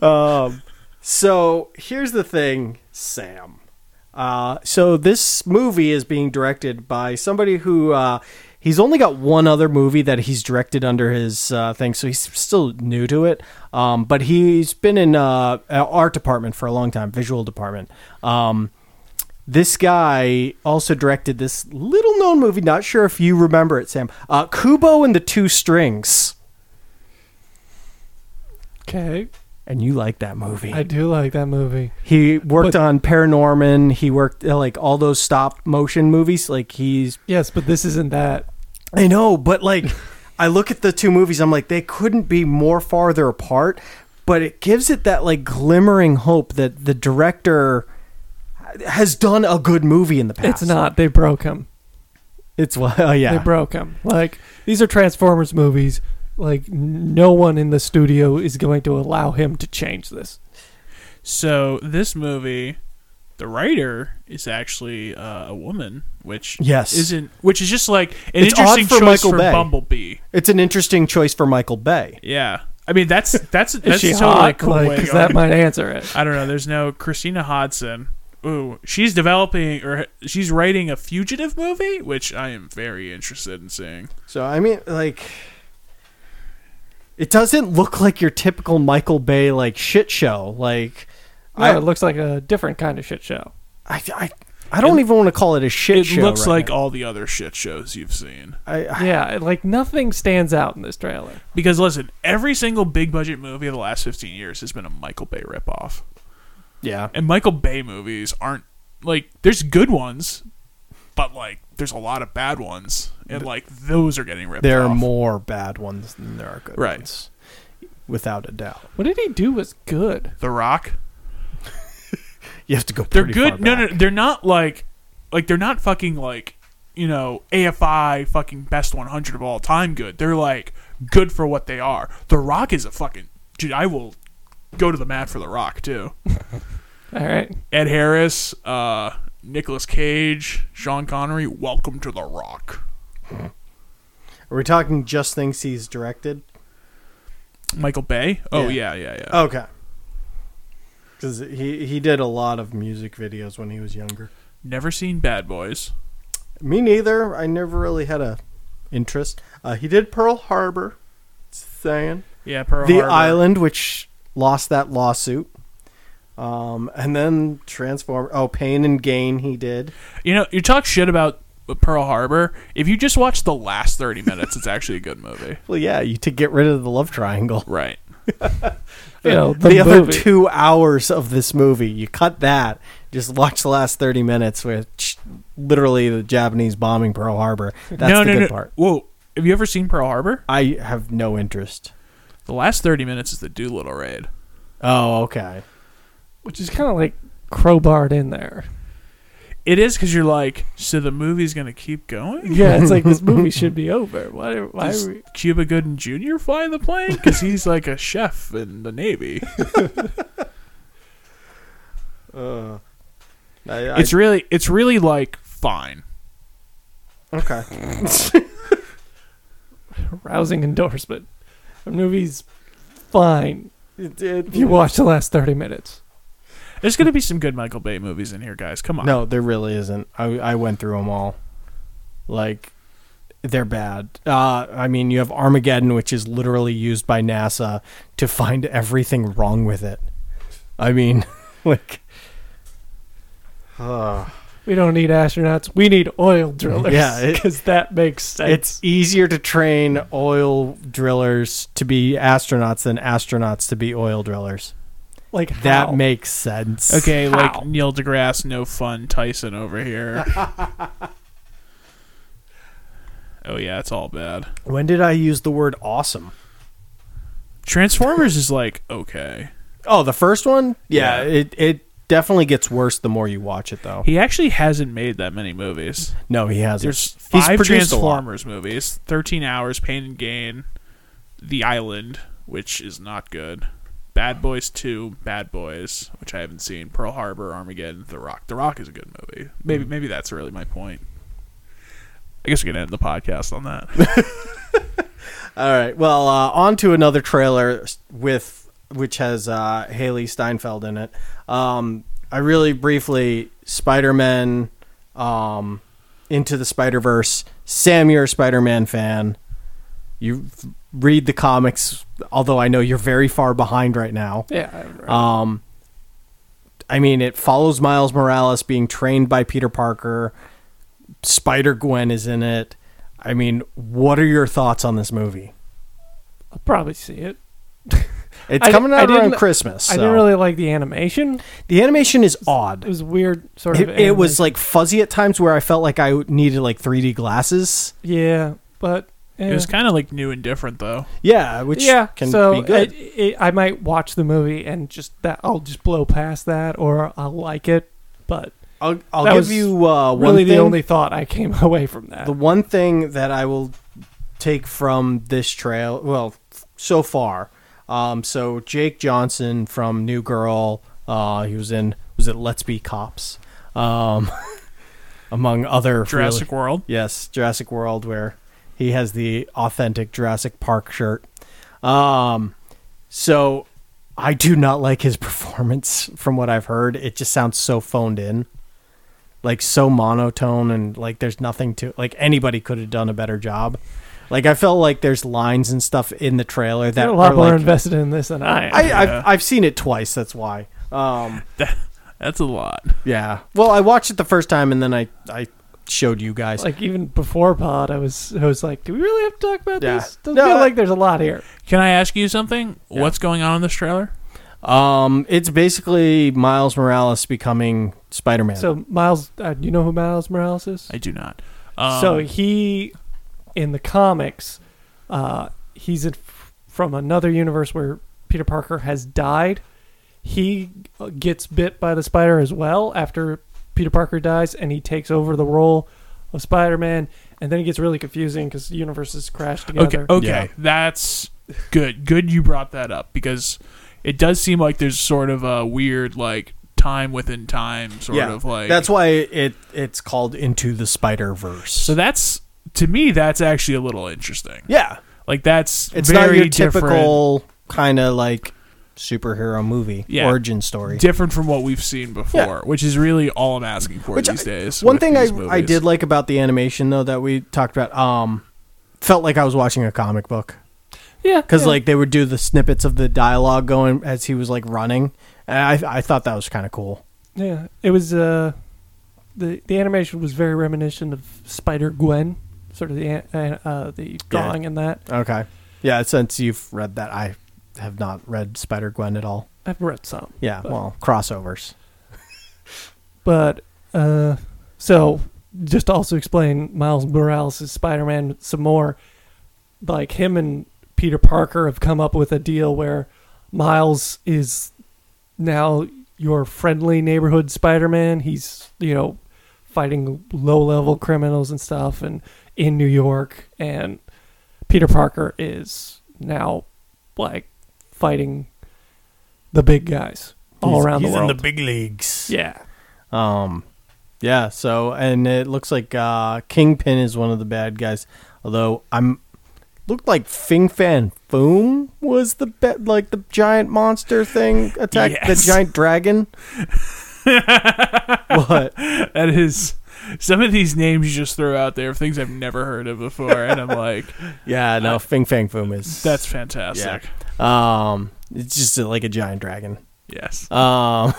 Um, so here's the thing, Sam. Uh, so this movie is being directed by somebody who uh, he's only got one other movie that he's directed under his uh, thing, so he's still new to it. Um, but he's been in uh, our art department for a long time, visual department. Um, this guy also directed this little known movie. Not sure if you remember it, Sam. Uh, Kubo and the Two Strings,
Okay,
and you like that movie?
I do like that movie.
He worked
But-
on Paranorman. He worked uh, like all those stop motion movies. Like he's,
Yes, but this isn't that.
I know, but like, I look at the two movies. I'm like, they couldn't be more farther apart. But it gives it that like glimmering hope that the director has done a good movie in the past.
It's not. They broke him.
It's well, oh, yeah.
They broke him. Like these are Transformers movies. Like n- no one in the studio is going to allow him to change this.
So this movie, the writer is actually uh, a woman, which
Yes.
isn't which is just like an
It's odd
interesting
for
choice
Michael
for
Bay.
Bumblebee.
It's an interesting choice for Michael Bay.
Yeah, I mean that's that's
Is
that's
she
totally a
hot?
cool
Like,
way.
'cause
of
that
going.
might answer it.
I don't know. There's no Christina Hodson. Ooh, she's developing or she's writing a fugitive movie, which I am very interested in seeing.
So I mean, like, it doesn't look like your typical Michael Bay like shit show. Like,
No,
I-
it looks like a different kind of shit show.
I, I, I don't even want to call it a shit
It
show.
looks
right
like
now.
all the other shit shows you've seen.
I, I,
Yeah, like nothing stands out in this trailer.
Because listen, every single big budget movie of the last 15 years has been a Michael Bay ripoff.
yeah.
And Michael Bay movies aren't like there's good ones, but like there's a lot of bad ones, and like those are getting ripped.
There are
off.
more bad ones than there are good
Right.
ones, without a doubt.
What did he do was good.
The Rock.
You have to go.
They're
pretty far
good. No, no,
back.
they're not like like they're not fucking like you know AFI fucking best 100 of all time good. They're like good for what they are. The Rock is a fucking dude. I will go to the mat for The Rock too.
All right.
Ed Harris, uh, Nicholas Cage, Sean Connery. Welcome to The Rock.
Are we talking just things he's directed?
Michael Bay. Oh
Yeah.
yeah, yeah, yeah.
Okay. Because he he did a lot of music videos when he was younger.
Never seen Bad Boys.
Me neither. I never really had a interest. Uh, he did Pearl Harbor. Saying.
Yeah, Pearl
the
Harbor.
island which lost that lawsuit um and then transform oh pain and gain he did
You know, you talk shit about Pearl Harbor. If you just watch the last thirty minutes, it's actually a good movie.
well yeah you to get rid of the love triangle
Right.
You know,
the,
the,
other
movie.
two hours of this movie you cut that just watch the last 30 minutes which literally the japanese bombing pearl harbor that's the
no, no,
good
no.
part
Whoa. Have you ever seen Pearl Harbor?
i have no interest
The last thirty minutes is the Doolittle raid.
oh okay
which is kind of like crowbarred in there.
It is because you're like, so the movie's gonna keep going.
Yeah, it's like this movie should be over. Why? are- Why?
Does
Are we...
Cuba Gooden Jr. fly the plane? Because he's like a chef in the Navy.
uh, I- I-
It's really, it's really like fine.
okay
Rousing endorsement. The movie's fine
It- it-
if you watch the last thirty minutes.
There's gonna be some good Michael Bay movies in here, guys. Come on.
No, there really isn't. I I went through them all. Like they're bad. Uh, I mean, you have Armageddon, which is literally used by NASA to find everything wrong with it. I mean, like,
We don't need astronauts. We need oil drillers.
Yeah, it-
because that makes sense.
It's easier to train oil drillers to be astronauts than astronauts to be oil drillers.
like
That
how?
makes sense.
Okay,
How?
like Neil deGrasse, no fun Tyson over here. oh yeah, it's all bad.
When did I use the word awesome?
Transformers is like okay.
Oh, the first one? Yeah,
Yeah.
it it definitely gets worse the more you watch it though.
He actually hasn't made that many movies.
no, he hasn't.
There's five
produced a lot.
Transformers movies: Thirteen Hours, Pain and Gain, The Island, which is not good. Bad Boys Two, Bad Boys, which I haven't seen. Pearl Harbor, Armageddon, The Rock. The Rock is a good movie. Maybe maybe that's really my point. I guess we can end the podcast on that.
All right. Well, uh, on to another trailer with which has uh, Haley Steinfeld in it. Um, I really briefly Spider Man um, into the Spider Verse. Sam, you're a Spider Man fan. You f- read the comics, although I know you're very far behind right now.
yeah. I don't know.
Um, I mean, it follows Miles Morales being trained by Peter Parker. Spider Gwen is in it. I mean, what are your thoughts on this movie?
I'll probably see it.
It's
I-
coming
I
out around
didn't-
Christmas.
I
so.
didn't really like the animation.
The animation is odd.
It was weird, sort
It,
of.
it was
animation.
like fuzzy at times where I felt like I needed like 3D glasses.
yeah, but
It was
eh.
kind of like new and different though.
Yeah, which
yeah.
can
so
be good.
It, it, I might watch the movie and just that I'll just blow past that, or I'll like it. But
I'll, I'll
that
give
was
you uh, one
really, the
thing-
only thought I came away from that.
the one thing that I will take from this trail, well, f- so far, um, so Jake Johnson from New Girl, uh, he was in was it Let's Be Cops, um, among other really-
Jurassic World.
Yes, Jurassic World, where he has the authentic Jurassic Park shirt. Um, so I do not like his performance from what I've heard. It just sounds so phoned in, like so monotone, and like there's nothing to like anybody could have done a better job. Like I felt like there's lines and stuff in the trailer that
You're a lot
were
more
like
invested in this than I. am.
I,
Yeah.
I've I've seen it twice. That's why. Um,
That's a lot.
yeah. Well, I watched it the first time and then I I showed you guys.
like even before pod, I was I was like, do we really have to talk about
Yeah.
this? Doesn't
No,
feel
I-
like there's a lot here.
Can I ask you something? What's going on in this trailer?
Um, it's basically Miles Morales becoming Spider-Man.
So Miles, uh, you know who Miles Morales is?
I do not. Um,
so he, in the comics, uh, he's in, from another universe where Peter Parker has died. He uh, gets bit by the spider as well after Peter Parker dies, and he takes over the role of Spider-Man. And then it gets really confusing because universes crash
okay, Oh,
together.
okay,
Yeah.
that's good. Good, you brought that up because it does seem like there's sort of a weird like time within time sort of like
that's why it it's called Into the Spider Verse.
So that's to me that's actually a little interesting.
yeah,
Like that's
it's
very
not your
different-
typical kind of like superhero movie
Yeah.
origin story.
different from what we've seen before, which is really all I'm asking for
Which I-
these days.
One
with
thing I
these movies.
I did like about the animation though that we talked about um felt like I was watching a comic book
yeah,
because
yeah.
like they would do the snippets of the dialogue going as he was like running. And I I thought that was kind of cool.
Yeah, it was. Uh, the the animation was very reminiscent of Spider Gwen, sort of the an- an- uh, the drawing in that.
Okay. Yeah, since you've read that, I have not read Spider Gwen at all.
I've read some,
Yeah,
But-
well, crossovers.
but uh, so just to also explain Miles Morales' Spider Man some more. Like him and Peter Parker have come up with a deal where Miles is now your friendly neighborhood Spider Man. He's you know fighting low level criminals and stuff, and in New York, and Peter Parker is now like fighting the big guys all around the world.
big leagues.
yeah.
Um, yeah. So, and it looks like uh, Kingpin is one of the bad guys. Although I'm looked like Fing Fan Foom was the be- like the giant monster thing attacked
Yes.
the giant dragon. what?
that is some of these names you just throw out there of things I've never heard of before, and I'm like,
Yeah, no, Fing Fang Foom is
that's fantastic.
uh, um, it's just like a giant dragon.
Yes.
Um,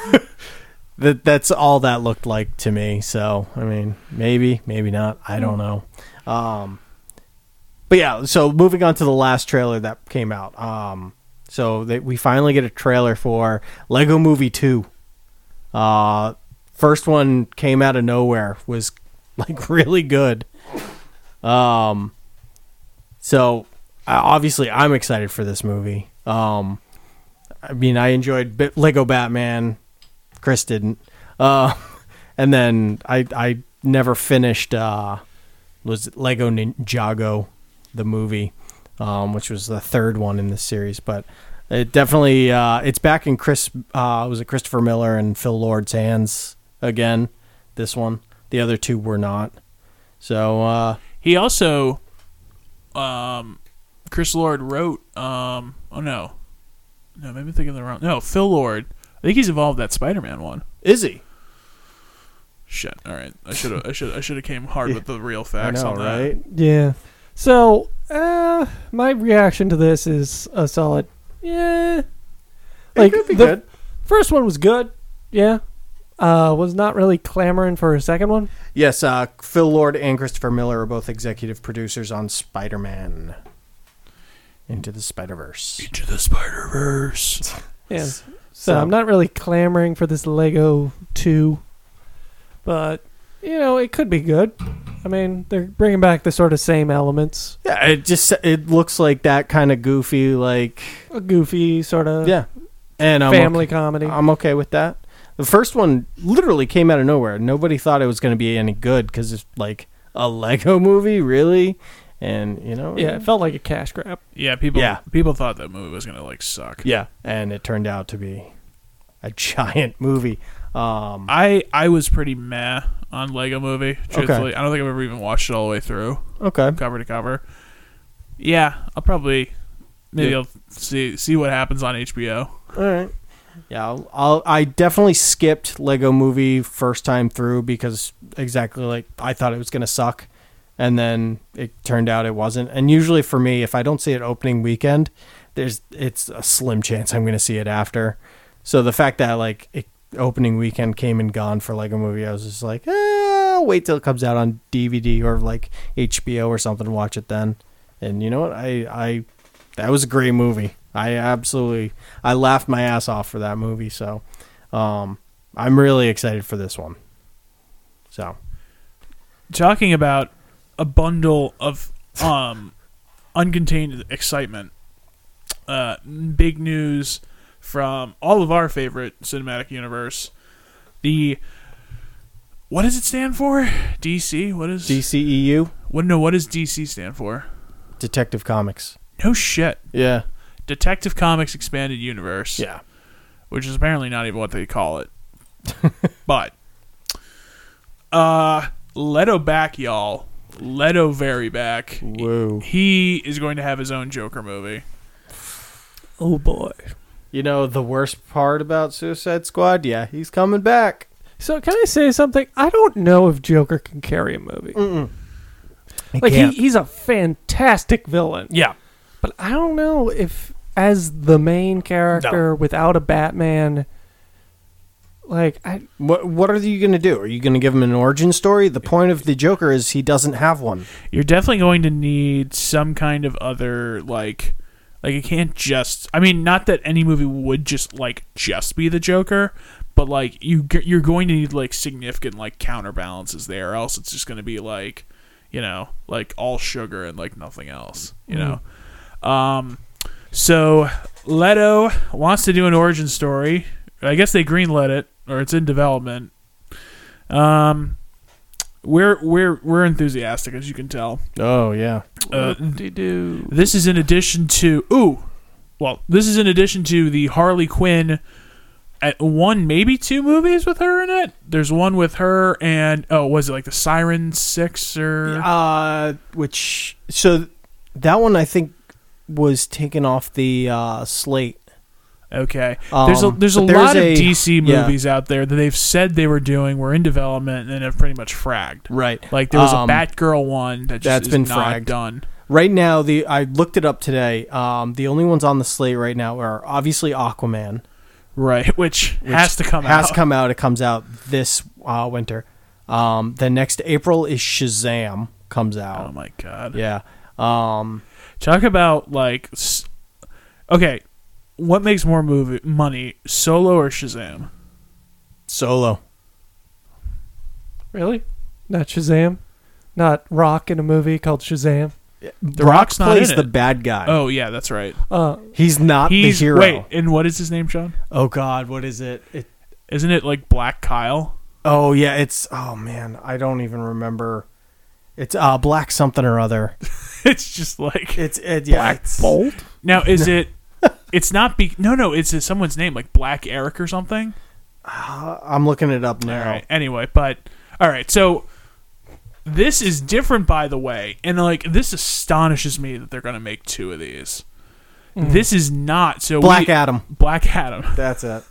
that that's all that looked like to me. So I mean, maybe, maybe not. I don't know. Um, but yeah, so moving on to the last trailer that came out. Um, so that we finally get a trailer for Lego Movie Two. Uh, first one came out of nowhere was like really good. Um, so uh, obviously I'm excited for this movie. Um, I mean, I enjoyed Bi- Lego Batman. Chris didn't. Uh, and then I I never finished uh, was it Lego Ninjago, the movie, um, which was the third one in the series. But it definitely uh, it's back in Chris uh, was it Christopher Miller and Phil Lord's hands again. This one, the other two were not. So uh,
He also, um, Chris Lord wrote. Um, oh no, no, maybe I'm thinking of the wrong. No, Phil Lord. I think he's involved in that Spider-Man one.
is he?
Shit. All right, I should have. I should. I should have came hard with the real facts
I know,
on that.
right?
Yeah. So, uh, my reaction to this is a solid. Yeah. Like
could be
the
good.
first one was good. Yeah. Uh, was not really clamoring for a second one.
Yes, uh, Phil Lord and Christopher Miller are both executive producers on Spider Man Into the Spider Verse.
Into the Spider Verse.
Yeah. So, I'm not really clamoring for this Lego 2. But, you know, it could be good. I mean, they're bringing back the sort of same elements.
Yeah, it just it looks like that kind of goofy, like
A goofy sort of
yeah, Um, and I'm
family
Okay,
comedy.
I'm okay with that. The first one literally came out of nowhere. Nobody thought it was going to be any good because it's like a Lego movie, really. And you know,
yeah, it felt like a cash grab.
Yeah, people.
Yeah.
people thought that movie was gonna like suck.
yeah, and it turned out to be a giant movie. Um,
I I was pretty meh on Lego Movie. Truthfully, I don't think I've ever even watched it all the way through,
okay,
cover to cover. Yeah, I'll probably maybe
Yeah.
I'll see see what happens on HBO.
All right. Yeah, I'll, I'll I definitely skipped Lego Movie first time through because exactly like I thought it was gonna suck, and then it turned out it wasn't. And usually for me, if I don't see it opening weekend, there's it's a slim chance I'm gonna see it after. So the fact that like it, opening weekend came and gone for Lego Movie, I was just like, eh, I'll wait till it comes out on DVD or like HBO or something, watch it then. And you know what? I I that was a great movie. I absolutely I laughed my ass off for that movie. So um, I'm really excited for this one. So
Talking about a bundle of um uncontained excitement. Uh, big news from all of our favorite cinematic universe. The what does it stand for? DC. What is
DCEU
What no? What does DC stand for?
Detective Comics.
No shit.
Yeah.
Detective Comics Expanded Universe.
Yeah.
Which is apparently not even what they call it. but uh Leto back, y'all. Leto very back.
Whoa.
He is going to have his own Joker movie.
Oh boy.
You know the worst part about Suicide Squad? Yeah, he's coming back.
So can I say something? I don't know if Joker can carry a movie.
Mm,
like he,
can't.
he's a fantastic villain,
Yeah.
but I don't know if as the main character without a Batman. Like I
What What are you gonna do? Are you gonna give him an origin story? The point of the Joker is he doesn't have one.
You're definitely going to need some kind of other like like it can't just I mean not that any movie would just like just be the Joker, but like you g- you're going to need like significant like counterbalances there or else it's just going to be like you know, like all sugar and like nothing else, you know. Um so Leto wants to do an origin story. I guess they greenlit it or it's in development. Um we're we're we're enthusiastic as you can tell.
Oh yeah.
Uh,
do do
This is in addition to ooh, well, this is in addition to the Harley Quinn at one maybe two movies with her in it. There's one with her and oh, was it like the Siren Six or
Uh, which so that one I think was taken off the uh, slate.
okay? there's a
Um,
there's a
but there's
lot
a-
of DC
yeah.
movies out there that they've said they were doing were in development and have pretty much fragged.
Right.
Like there was
Um,
a Batgirl one that just
that's
is
been
not
fragged.
done.
Right now, the I looked it up today. Um, the only ones on the slate right now are obviously Aquaman,
right? Which, has to come
has
out.
come out. It comes out this uh, winter. Um, then next April is Shazam comes out.
oh my god.
yeah. Um,
Talk about like, s- okay, what makes more movie money, Solo or Shazam?
Solo.
Really? Not Shazam? Not Rock in a movie called Shazam?
The
Rock's not
plays
in it.
the bad guy.
Oh yeah, that's right.
Uh,
He's not
He's
the hero.
wait, and what is his name, Sean?
Oh God, what is it? it?
Isn't it like Black Kyle?
Oh yeah, it's oh man, I don't even remember. It's uh black something or other.
It's just like
It's it yeah. it's-
Bolt?
now is it? It's not be no no. It's someone's name like Black Eric or something.
I'm looking it up now.
All right. Anyway, but all right. So this is different, by the way, and like this astonishes me that they're gonna make two of these. This is not so
Hmm. Black
we-
Adam.
Black Adam.
That's it.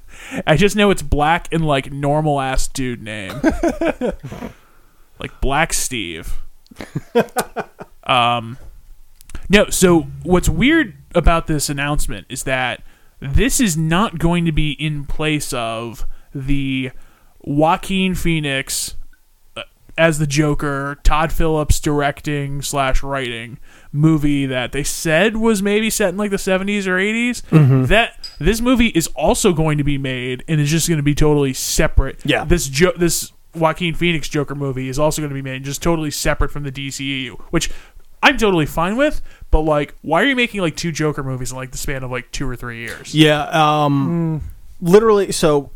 I just know it's black and like normal ass dude name, like Black Steve. um, no. So what's weird about this announcement is that this is not going to be in place of the Joaquin Phoenix uh, as the Joker, Todd Phillips directing slash writing movie that they said was maybe set in like the 70s or 80s. That this movie is also going to be made and is just going to be totally separate.
Yeah.
this jo- this Joaquin Phoenix Joker movie is also going to be made just totally separate from the DCEU, which I'm totally fine with. But like, why are you making like two Joker movies in like the span of like two or three years?
Yeah, um literally so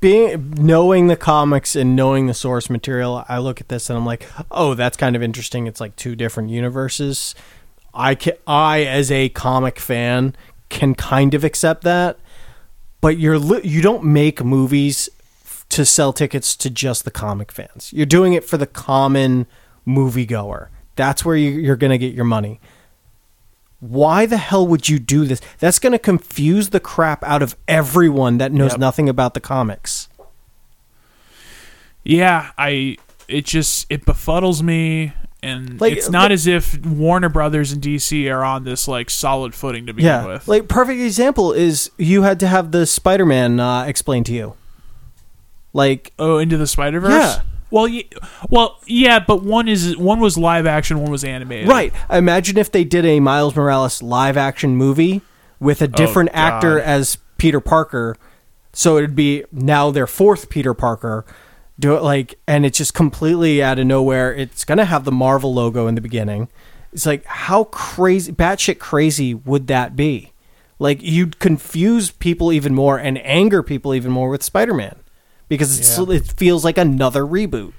being knowing the comics and knowing the source material, I look at this and I'm like, "Oh, that's kind of interesting. It's like two different universes." I can, I as a comic fan can kind of accept that. but you're li- you don't make movies f- to sell tickets to just the comic fans. You're doing it for the common moviegoer. That's where you, you're going to get your money. Why the hell would you do this? That's going to confuse the crap out of everyone that knows
Yep.
nothing about the comics.
Yeah, I it just it befuddles me and
Like,
it's not
the-
as if Warner Brothers and DC are on this like solid footing to begin
Yeah,
with.
like perfect example is you had to have the Spider-Man uh, explained to you. Like
oh, into the Spider-Verse?
Yeah.
Well, yeah, well, yeah, but one is one was live action, one was animated.
Right. Imagine if they did a Miles Morales live action movie with a different
God.
actor as Peter Parker. So it'd be now their fourth Peter Parker. Do it like, and it's just completely out of nowhere. It's going to have the Marvel logo in the beginning. It's like, how crazy, batshit crazy would that be? Like, you'd confuse people even more and anger people even more with Spider Man because it's, it feels like another reboot.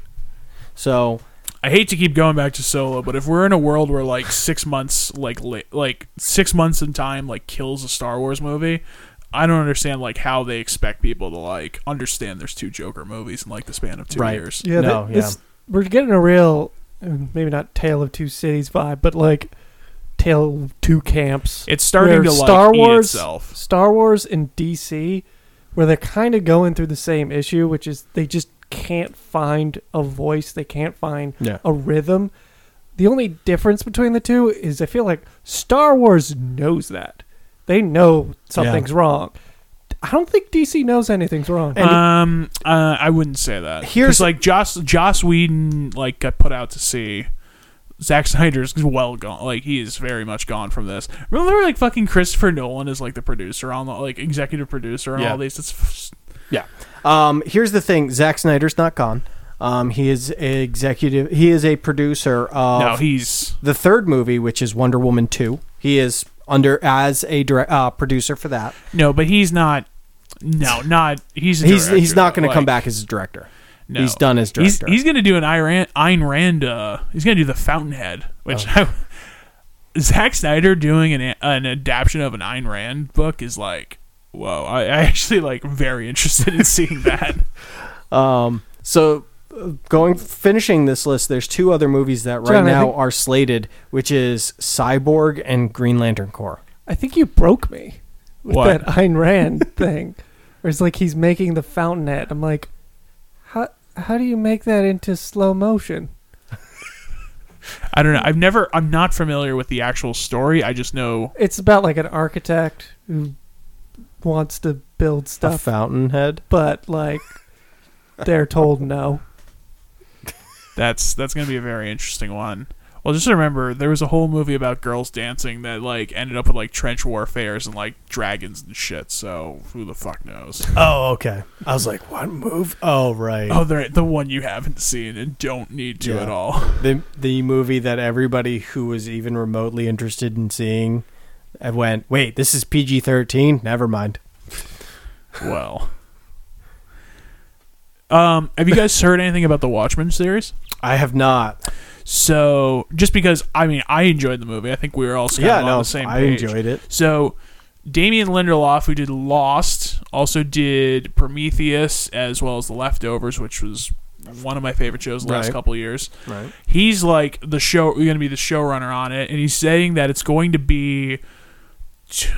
So,
I hate to keep going back to solo, but if we're in a world where like six months, like la- like six months in time, like kills a Star Wars movie, I don't understand like how they expect people to like understand there's two Joker movies in like the span of two
Right.
years.
Yeah,
No,
th- this- we're getting a real, uh, maybe not Tale of Two Cities vibe, but like Tale of Two Camps.
It's starting
where
to, like,
Star
eat
Wars,
itself.
Star Wars and DC, where they're kind of going through the same issue, which is they just can't find a voice, they can't find
Yeah.
a rhythm. The only difference between the two is I feel like Star Wars knows that. They know something's wrong. I don't think DC knows anything's wrong.
Um, uh, I wouldn't say that.
Here's-
Here's like Joss Joss Whedon like got put out to sea. Zack Snyder's well gone. Like he is very much gone from this. Remember, like fucking Christopher Nolan is like the producer on the like executive producer on
Yeah.
all these. It's
Yeah. Um, here's the thing: Zack Snyder's not gone. Um, he is a executive. He is a producer of
no, he's
the third movie, which is Wonder Woman two. He is under as a direct, uh, producer for that.
no, but he's not. No, not he's a
He's
director,
he's not going to
like,
come back as a director.
No.
He's done as
He's-
director.
He's, going to do an Iran, Ayn Rand. Uh, he's going to do the Fountainhead, which
Oh.
I, Zack Snyder doing an a- an adaptation of an Ayn Rand book is like, whoa! I, I actually like very interested in seeing that.
so. uh, Going finishing this list, there's two other movies that right
John, I
now
think-
are slated, which is Cyborg and Green Lantern Corps.
I think you broke me with
What?
that Ayn Rand thing. Where it's like he's making the fountainhead. I'm like, how how do you make that into slow motion?
I don't know. I've never. I'm not familiar with the actual story. I just know.
It's about like an architect who wants to build
A
stuff,
fountainhead.
but like they're told no.
That's that's gonna be a very interesting one. Well, just remember there was a whole movie about girls dancing that like ended up with like trench warfares and like dragons and shit. So who the fuck knows?
Oh, okay. I was like, what move? Oh, right.
Oh, the the one you haven't seen and don't need to
Yeah.
at all.
The the movie that everybody who was even remotely interested in seeing uh, went, wait, this is PG thirteen. Never mind.
Well, um, have you guys heard anything about the Watchmen series?
I have not.
So just because I mean I enjoyed the movie, I think we were all kind
yeah,
of
no,
on the same.
I
page.
enjoyed it.
So Damien Lindelof, who did Lost, also did Prometheus as well as The Leftovers, which was one of my favorite shows the last
Right.
couple years.
Right.
He's like the show going to be the showrunner on it, and he's saying that it's going to be t-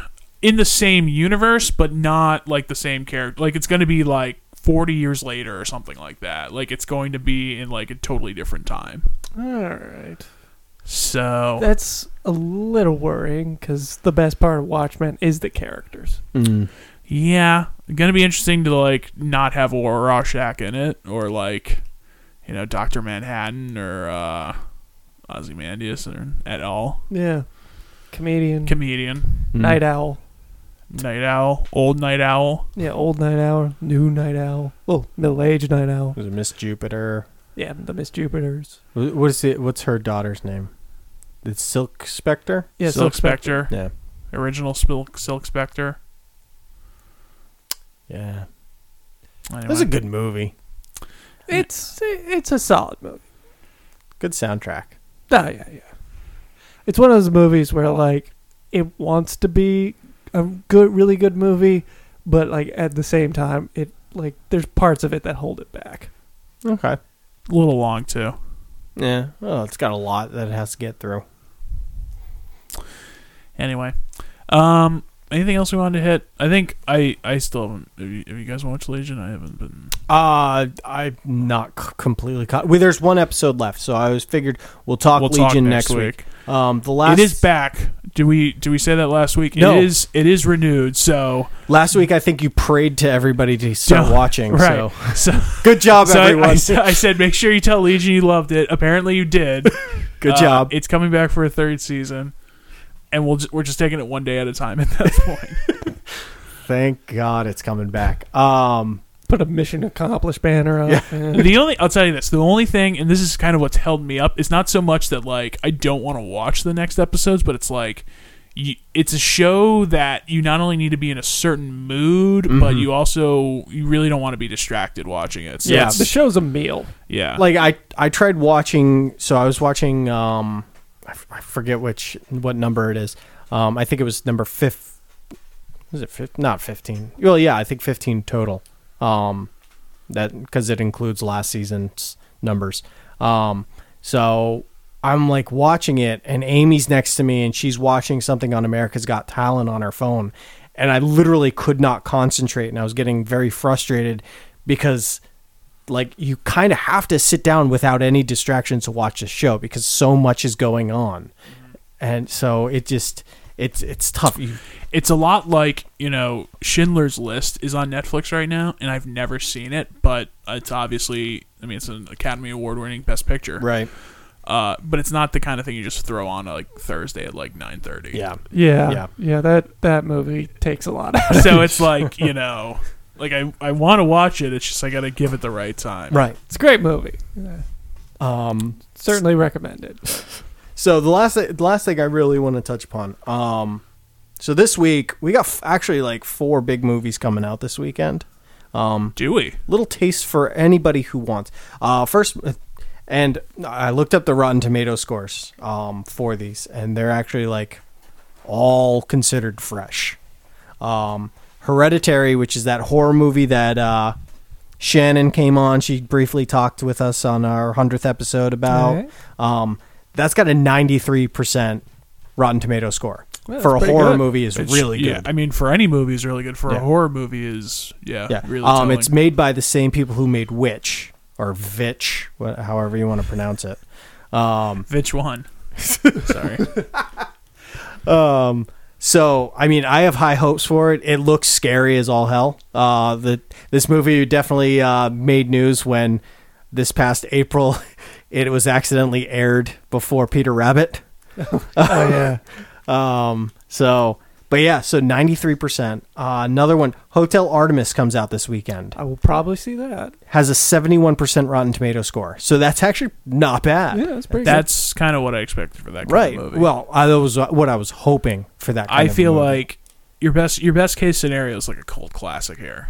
in the same universe, but not like the same character. Like it's going to be like. 40 years later or something like that like it's going to be in like a totally different time
All right,
so
that's a little worrying because the best part of Watchmen is the characters.
Yeah, gonna be interesting to like not have a Rorschach in it, or like, you know, Doctor Manhattan or uh, Ozymandias or at all.
Yeah, comedian,
Comedian,
night owl.
Night Owl, old Night Owl.
Yeah, old night owl, new night owl, well, middle aged night owl.
Was it Miss Jupiter?
Yeah, the Miss Jupiters.
Wh- What is it? What's her daughter's name? It's Silk Spectre.
Yeah,
Silk Spectre,
Yeah.
original Silk Silk Spectre.
Yeah. It
Anyway,
was a good movie.
It's it's a solid movie.
Good soundtrack.
Oh yeah, yeah. It's one of those movies where like it wants to be a good, really good movie, but like at the same time, it like there's parts of it that hold it back.
Okay.
little long too.
Yeah. Well, it's got a lot that it has to get through.
Anyway, um, anything else we wanted to hit? I think I I still haven't. Have you, have you guys watched Legion? I haven't been.
Uh, I'm not c- completely caught. Well, there's one episode left, so I was figured we'll talk
We'll
Legion
talk next
week.
week.
Um, the last
it is back. Do we do we say that last week?
No.
It is it is renewed. So
Last week, I think you prayed to everybody to start
Don't-
watching.
right.
So
So,
good job,
so I- I,
everyone.
s- I said make sure you tell Legion you loved it. Apparently you did.
good
Uh,
job.
It's coming back for a third season, and we'll just, we're just taking it one day at a time at that point.
Thank God it's coming back. Um,
Put a mission accomplished banner up. and-
the only I'll tell you this: the only thing, and this is kind of what's held me up, is not so much that like I don't want to watch the next episodes, but it's like. You, it's a show that you not only need to be in a certain mood,
Mm-hmm.
but you also you really don't want to be distracted watching it. So
Yeah,
it's-
the show's a meal.
yeah.
like I, I tried watching. So I was watching. Um, I, f- I forget which what number it is. Um, I think it was number fifth. Was it fifth? Not fifteen. Well, yeah, I think fifteen total. Um, that because it includes last season's numbers. Um, so I'm like watching it, and Amy's next to me, and she's watching something on America's Got Talent on her phone, and I literally could not concentrate, and I was getting very frustrated because like you kind of have to sit down without any distractions to watch the show because so much is going on, and so it just it's it's tough. You,
it's a lot like you know Schindler's List is on Netflix right now, and I've never seen it, but it's obviously I mean it's an Academy Award winning Best Picture,
right?
Uh, but it's not the kind of thing you just throw on like Thursday at like nine thirty.
Yeah.
Yeah,
Yeah.
yeah, That that movie takes a lot. Out of
so it's like you know, like I I want to watch it. It's just I got to give it the right time.
Right.
It's a great movie.
Um.
Certainly recommend it.
So the last the last thing I really want to touch upon. Um, so this week we got f- actually like four big movies coming out this weekend. Um,
Do we?
little taste for anybody who wants. Uh, first, and I looked up the Rotten Tomato scores um, for these, and they're actually like all considered fresh. Um, Hereditary, which is that horror movie that uh, Shannon came on, she briefly talked with us on our hundredth episode about.
Alright.
Um, that's got a ninety-three percent Rotten Tomato score
Well,
for a
that's pretty
horror
good.
movie is
It's-
really good.
Yeah. I mean, for any movie is really good. For
Yeah.
a horror movie is yeah.
Yeah.
Really.
um, it's
telling.
made by the same people who made Witch or Vitch, wha- however you want to pronounce it. Um,
Which one? Sorry.
um, So, I mean, I have high hopes for it. It looks scary as all hell. Uh, the this movie definitely uh, made news when this past April it was accidentally aired before Peter Rabbit.
Oh
yeah. um. So, but yeah. So ninety three percent. Uh, Another one. Hotel Artemis comes out this weekend.
I will probably see that.
Has a seventy one percent Rotten Tomato score. So that's actually not bad.
Yeah, that's pretty.
That's kind of what I expected for that kind
right.
of movie.
Well, I, that was what I was hoping for. That. Kind
I
of
feel
movie.
like your best your best case scenario is like a cult classic here.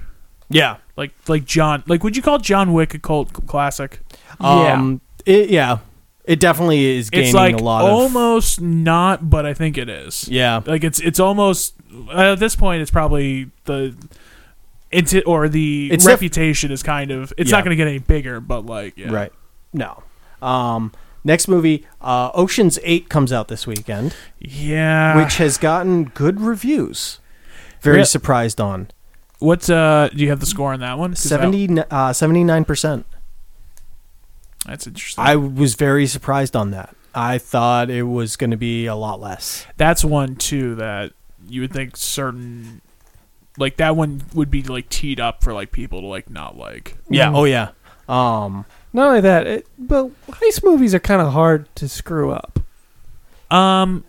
Yeah.
Like like John like would you call John Wick a cult classic?
Um, it, yeah. It definitely is gaining
it's like
a lot of.
almost not, but I think it is.
Yeah.
like it's it's almost at this point it's probably the it's or the
It's def-
reputation is kind of it's
Yeah.
not going to get any bigger, but like yeah.
Right. No. Um, next movie, uh, Ocean's Eight comes out this weekend,
yeah.
which has gotten good reviews. Very
Yeah.
surprised on
what's uh do you have the score on that one? 'Cause that-
79 uh, percent.
that's interesting.
I was very surprised on that. I thought it was going to be a lot less.
that's one too that you would think certain like that one would be like teed up for like people to like not like
Yeah. Oh yeah. Um.
Not only that, it, but heist movies are kind of hard to screw up.
um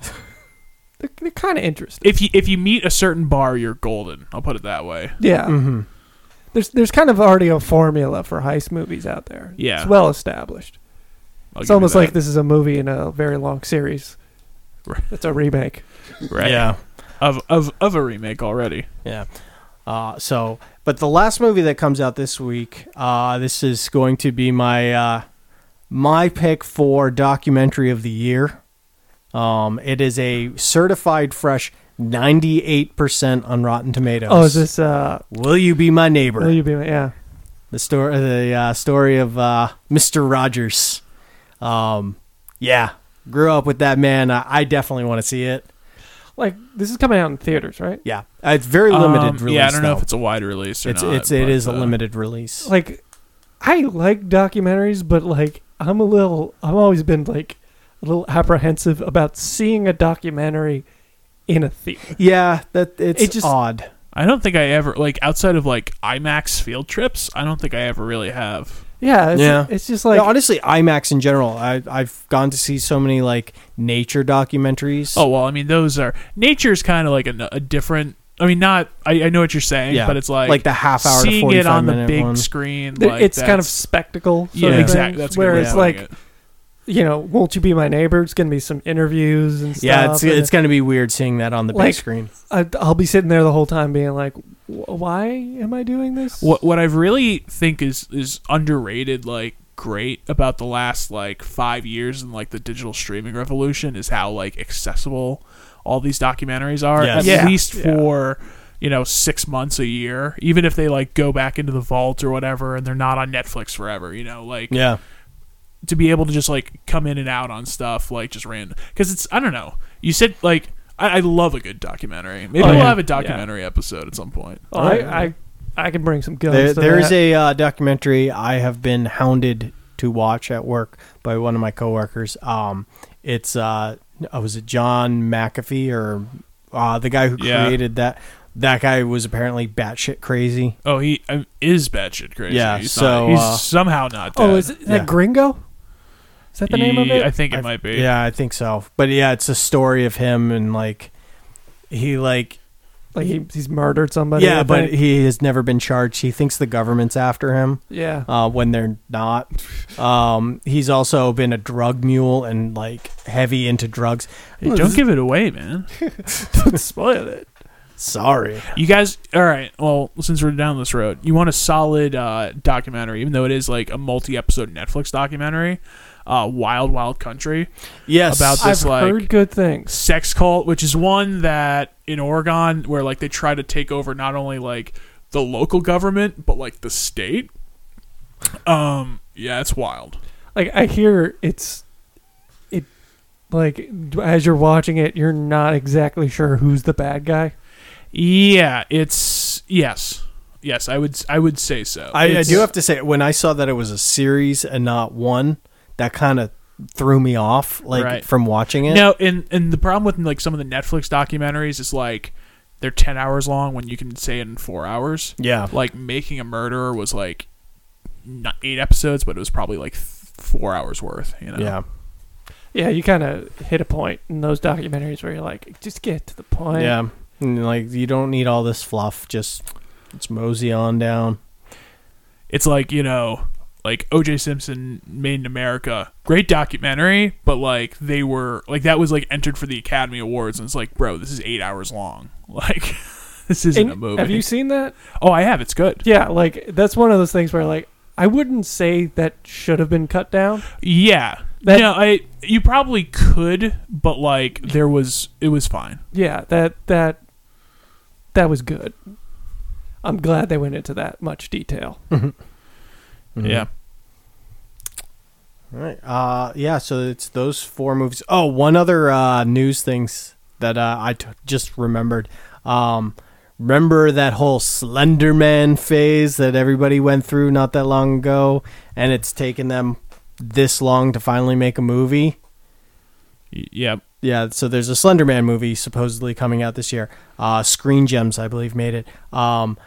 They're, they're kind of interesting.
if you if you meet a certain bar you're golden i'll put it that way
yeah.
Mm-hmm.
There's there's kind of already a formula for heist movies out there.
Yeah.
It's well established.
I'll
it's
give you
almost
that.
like this is a movie in a very long series.
Right.
It's a remake.
right
Yeah.
of of of a remake already
Yeah. Uh, so, but the last movie that comes out this week, uh, this is going to be my uh, my pick for documentary of the year. Um, it is a certified fresh, ninety eight percent on Rotten Tomatoes.
Oh, is this uh
Will you be my neighbor?
Will You Be My Yeah.
the story, the uh, story of uh, Mister Rogers. Um, yeah, grew up with that man. I, I definitely want to see it.
Like this is coming out in theaters, right?
Yeah, Uh, it's very limited
Um,
release.
yeah i don't know
though.
if it's a wide release or
it's
not,
it's it
but,
is a
uh,
limited release.
Like I like documentaries, but like I'm a little I've always been like a little apprehensive about seeing a documentary in a theater.
Yeah, that it's
It just-
odd.
i don't think i ever like outside of like imax field trips i don't think i ever really have
Yeah, it's,
Yeah.
it's just like
No, honestly, IMAX in general, I, I've gone to see so many like nature documentaries.
oh well i mean those are nature's kind of like a, a different i mean not I, I know what you're saying
Yeah,
but it's like
like the half hour to
seeing it
45
on the
minute
big
one.
screen
th-
like,
it's kind of
that's-
spectacle. Sort
yeah,
of thing,
exactly. That's a good
where
way
it's
of putting
like
it.
you know, won't you be my neighbor? It's gonna be some interviews and stuff.
yeah, it's
and
it's gonna be weird seeing that on the big
Like-
screen.
I, I'll be sitting there the whole time being like, "Wh- why am I doing this?
What what I really think is is underrated, like great about the last like five years and like the digital streaming revolution is how like accessible all these documentaries are.
Yes.
At
Yeah.
least for you know six months a year, even if they like go back into the vault or whatever, and they're not on Netflix forever. You know, like
Yeah,
to be able to just like come in and out on stuff like just random because it's I don't know. You said like. I I love a good documentary. Maybe
Oh,
we'll
yeah.
have a
Yeah.
documentary episode at some point.
Oh, I, I I can bring some guns.
there,
to
there
that.
is a uh, documentary I have been hounded to watch at work by one of my coworkers. Um, it's uh, uh, was it John McAfee or uh, the guy who
Yeah.
created that? That guy was apparently batshit crazy.
Oh, he uh, is batshit crazy.
Yeah,
he's
so,
not, he's
uh,
somehow not. Dead.
Oh, is it, is that
Yeah.
Gringo? Is that the name of
Ye-
it?
I think it
I've-
might be.
Yeah, I think so. But yeah, it's a story of him and like he like
like he, he's murdered somebody.
yeah,
I
but
think.
he has never been charged. He thinks the government's after him
yeah.
uh, when they're not. Um, he's also been a drug mule and like heavy into drugs.
Hey, don't give it away, man.
uh,
Don't spoil it.
Sorry,
You guys, all right. Well, since we're down this road, you want a solid uh, documentary, even though it is like a multi-episode Netflix documentary, uh, "Wild Wild Country,"
yes,
About the-
I've
Just like-
heard good things.
sex cult, which is one that in Oregon where like they try to take over not only like the local government but like the state. Um, yeah, it's wild.
Like I hear it's it like as you're watching it, you're not exactly sure who's the bad guy.
Yeah, it's yes, yes. I would I would say so.
I, I
it's-
do have to say when I saw that it was a series and not one, that kind of threw me off like
Right.
from watching it.
Now, and and the problem with like some of the Netflix documentaries is like they're ten hours long when you can say it in four hours.
Yeah.
like Making a Murderer was like not eight episodes, but it was probably like th- four hours worth. You know.
Yeah.
Yeah, you kind of hit a point in those documentaries where you're like, just get to the point.
Yeah. And, like you don't need all this fluff, just let's mosey on down.
It's like you know, like O.J. Simpson, Made in America, great documentary, but like they were like that was like entered for the Academy Awards, and it's like, bro, this is eight hours long. Like this isn't
And
a movie.
have you seen that?
oh, I have. It's good.
Yeah, like that's one of those things where like I wouldn't say that should have been cut down.
Yeah.
That-
no, I you probably could, but like there was it was fine.
Yeah, that that that was good. I'm glad they went into that much detail.
Mm-hmm.
Yeah.
All right. Uh, yeah. So it's those four movies. Oh, one other uh, news things that uh, I t- just remembered. Um, remember that whole Slender Man phase that everybody went through not that long ago, and it's taken them this long to finally make a movie.
Y- Yeah.
Yeah, so there's a Slenderman movie supposedly coming out this year. Uh, Screen Gems, I believe, made it. Um,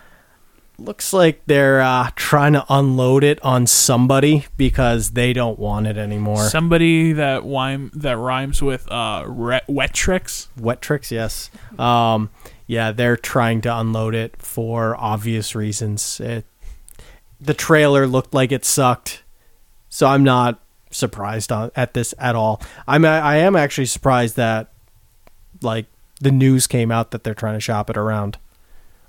looks like they're uh, trying to unload it on somebody because they don't want it anymore.
Somebody that rhyme that rhymes with uh re- wet tricks.
Wet Tricks, yes. Um, yeah, they're trying to unload it for obvious reasons. It, the trailer looked like it sucked, so I'm not surprised on, at this at all. I'm I am actually surprised that like the news came out that they're trying to shop it around.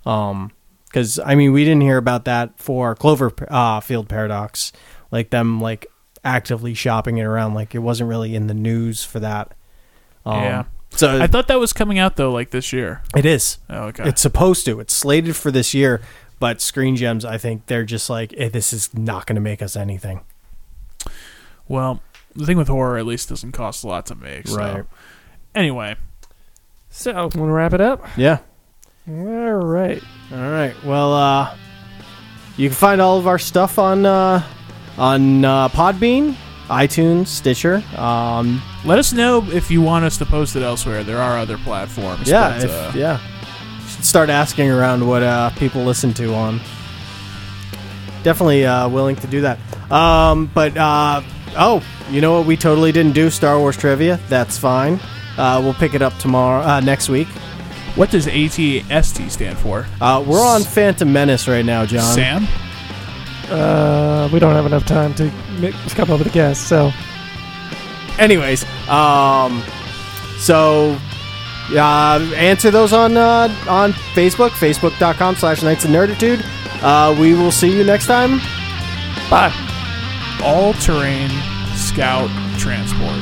Um, because I mean, we didn't hear about that for Clover uh, Field Paradox, like them like actively shopping it around. Like it wasn't really in the news for that. Um,
Yeah.
So
I thought that was coming out though like this year.
it is.
Oh, okay.
It's supposed to. It's slated for this year, but Screen Gems, I think they're just like, eh, this is not going to make us anything.
well, the thing with horror at least doesn't cost a lot to make. So.
Right.
Anyway,
So, want to wrap it up?
Yeah.
All right.
All right. Well, uh, you can find all of our stuff on uh, on uh, Podbean, iTunes, Stitcher. Um,
let us know if you want us to post it elsewhere. There are other platforms.
yeah,
but,
if-
uh,
yeah. Should start asking around what uh, people listen to on. Definitely uh, willing to do that. Um, but uh, oh, you know what? We totally didn't do Star Wars trivia. That's fine. Uh, we'll pick it up tomorrow, uh, next week.
What does ATST stand for?
Uh, we're on Phantom Menace right now, John.
Sam.
Uh, we don't have enough time to mi- come up with a guess, so
Anyways, um, so uh, answer those on uh, on Facebook, facebook.com slash Knights of Nerditude. Uh, we will see you next time.
bye.
all terrain scout transport.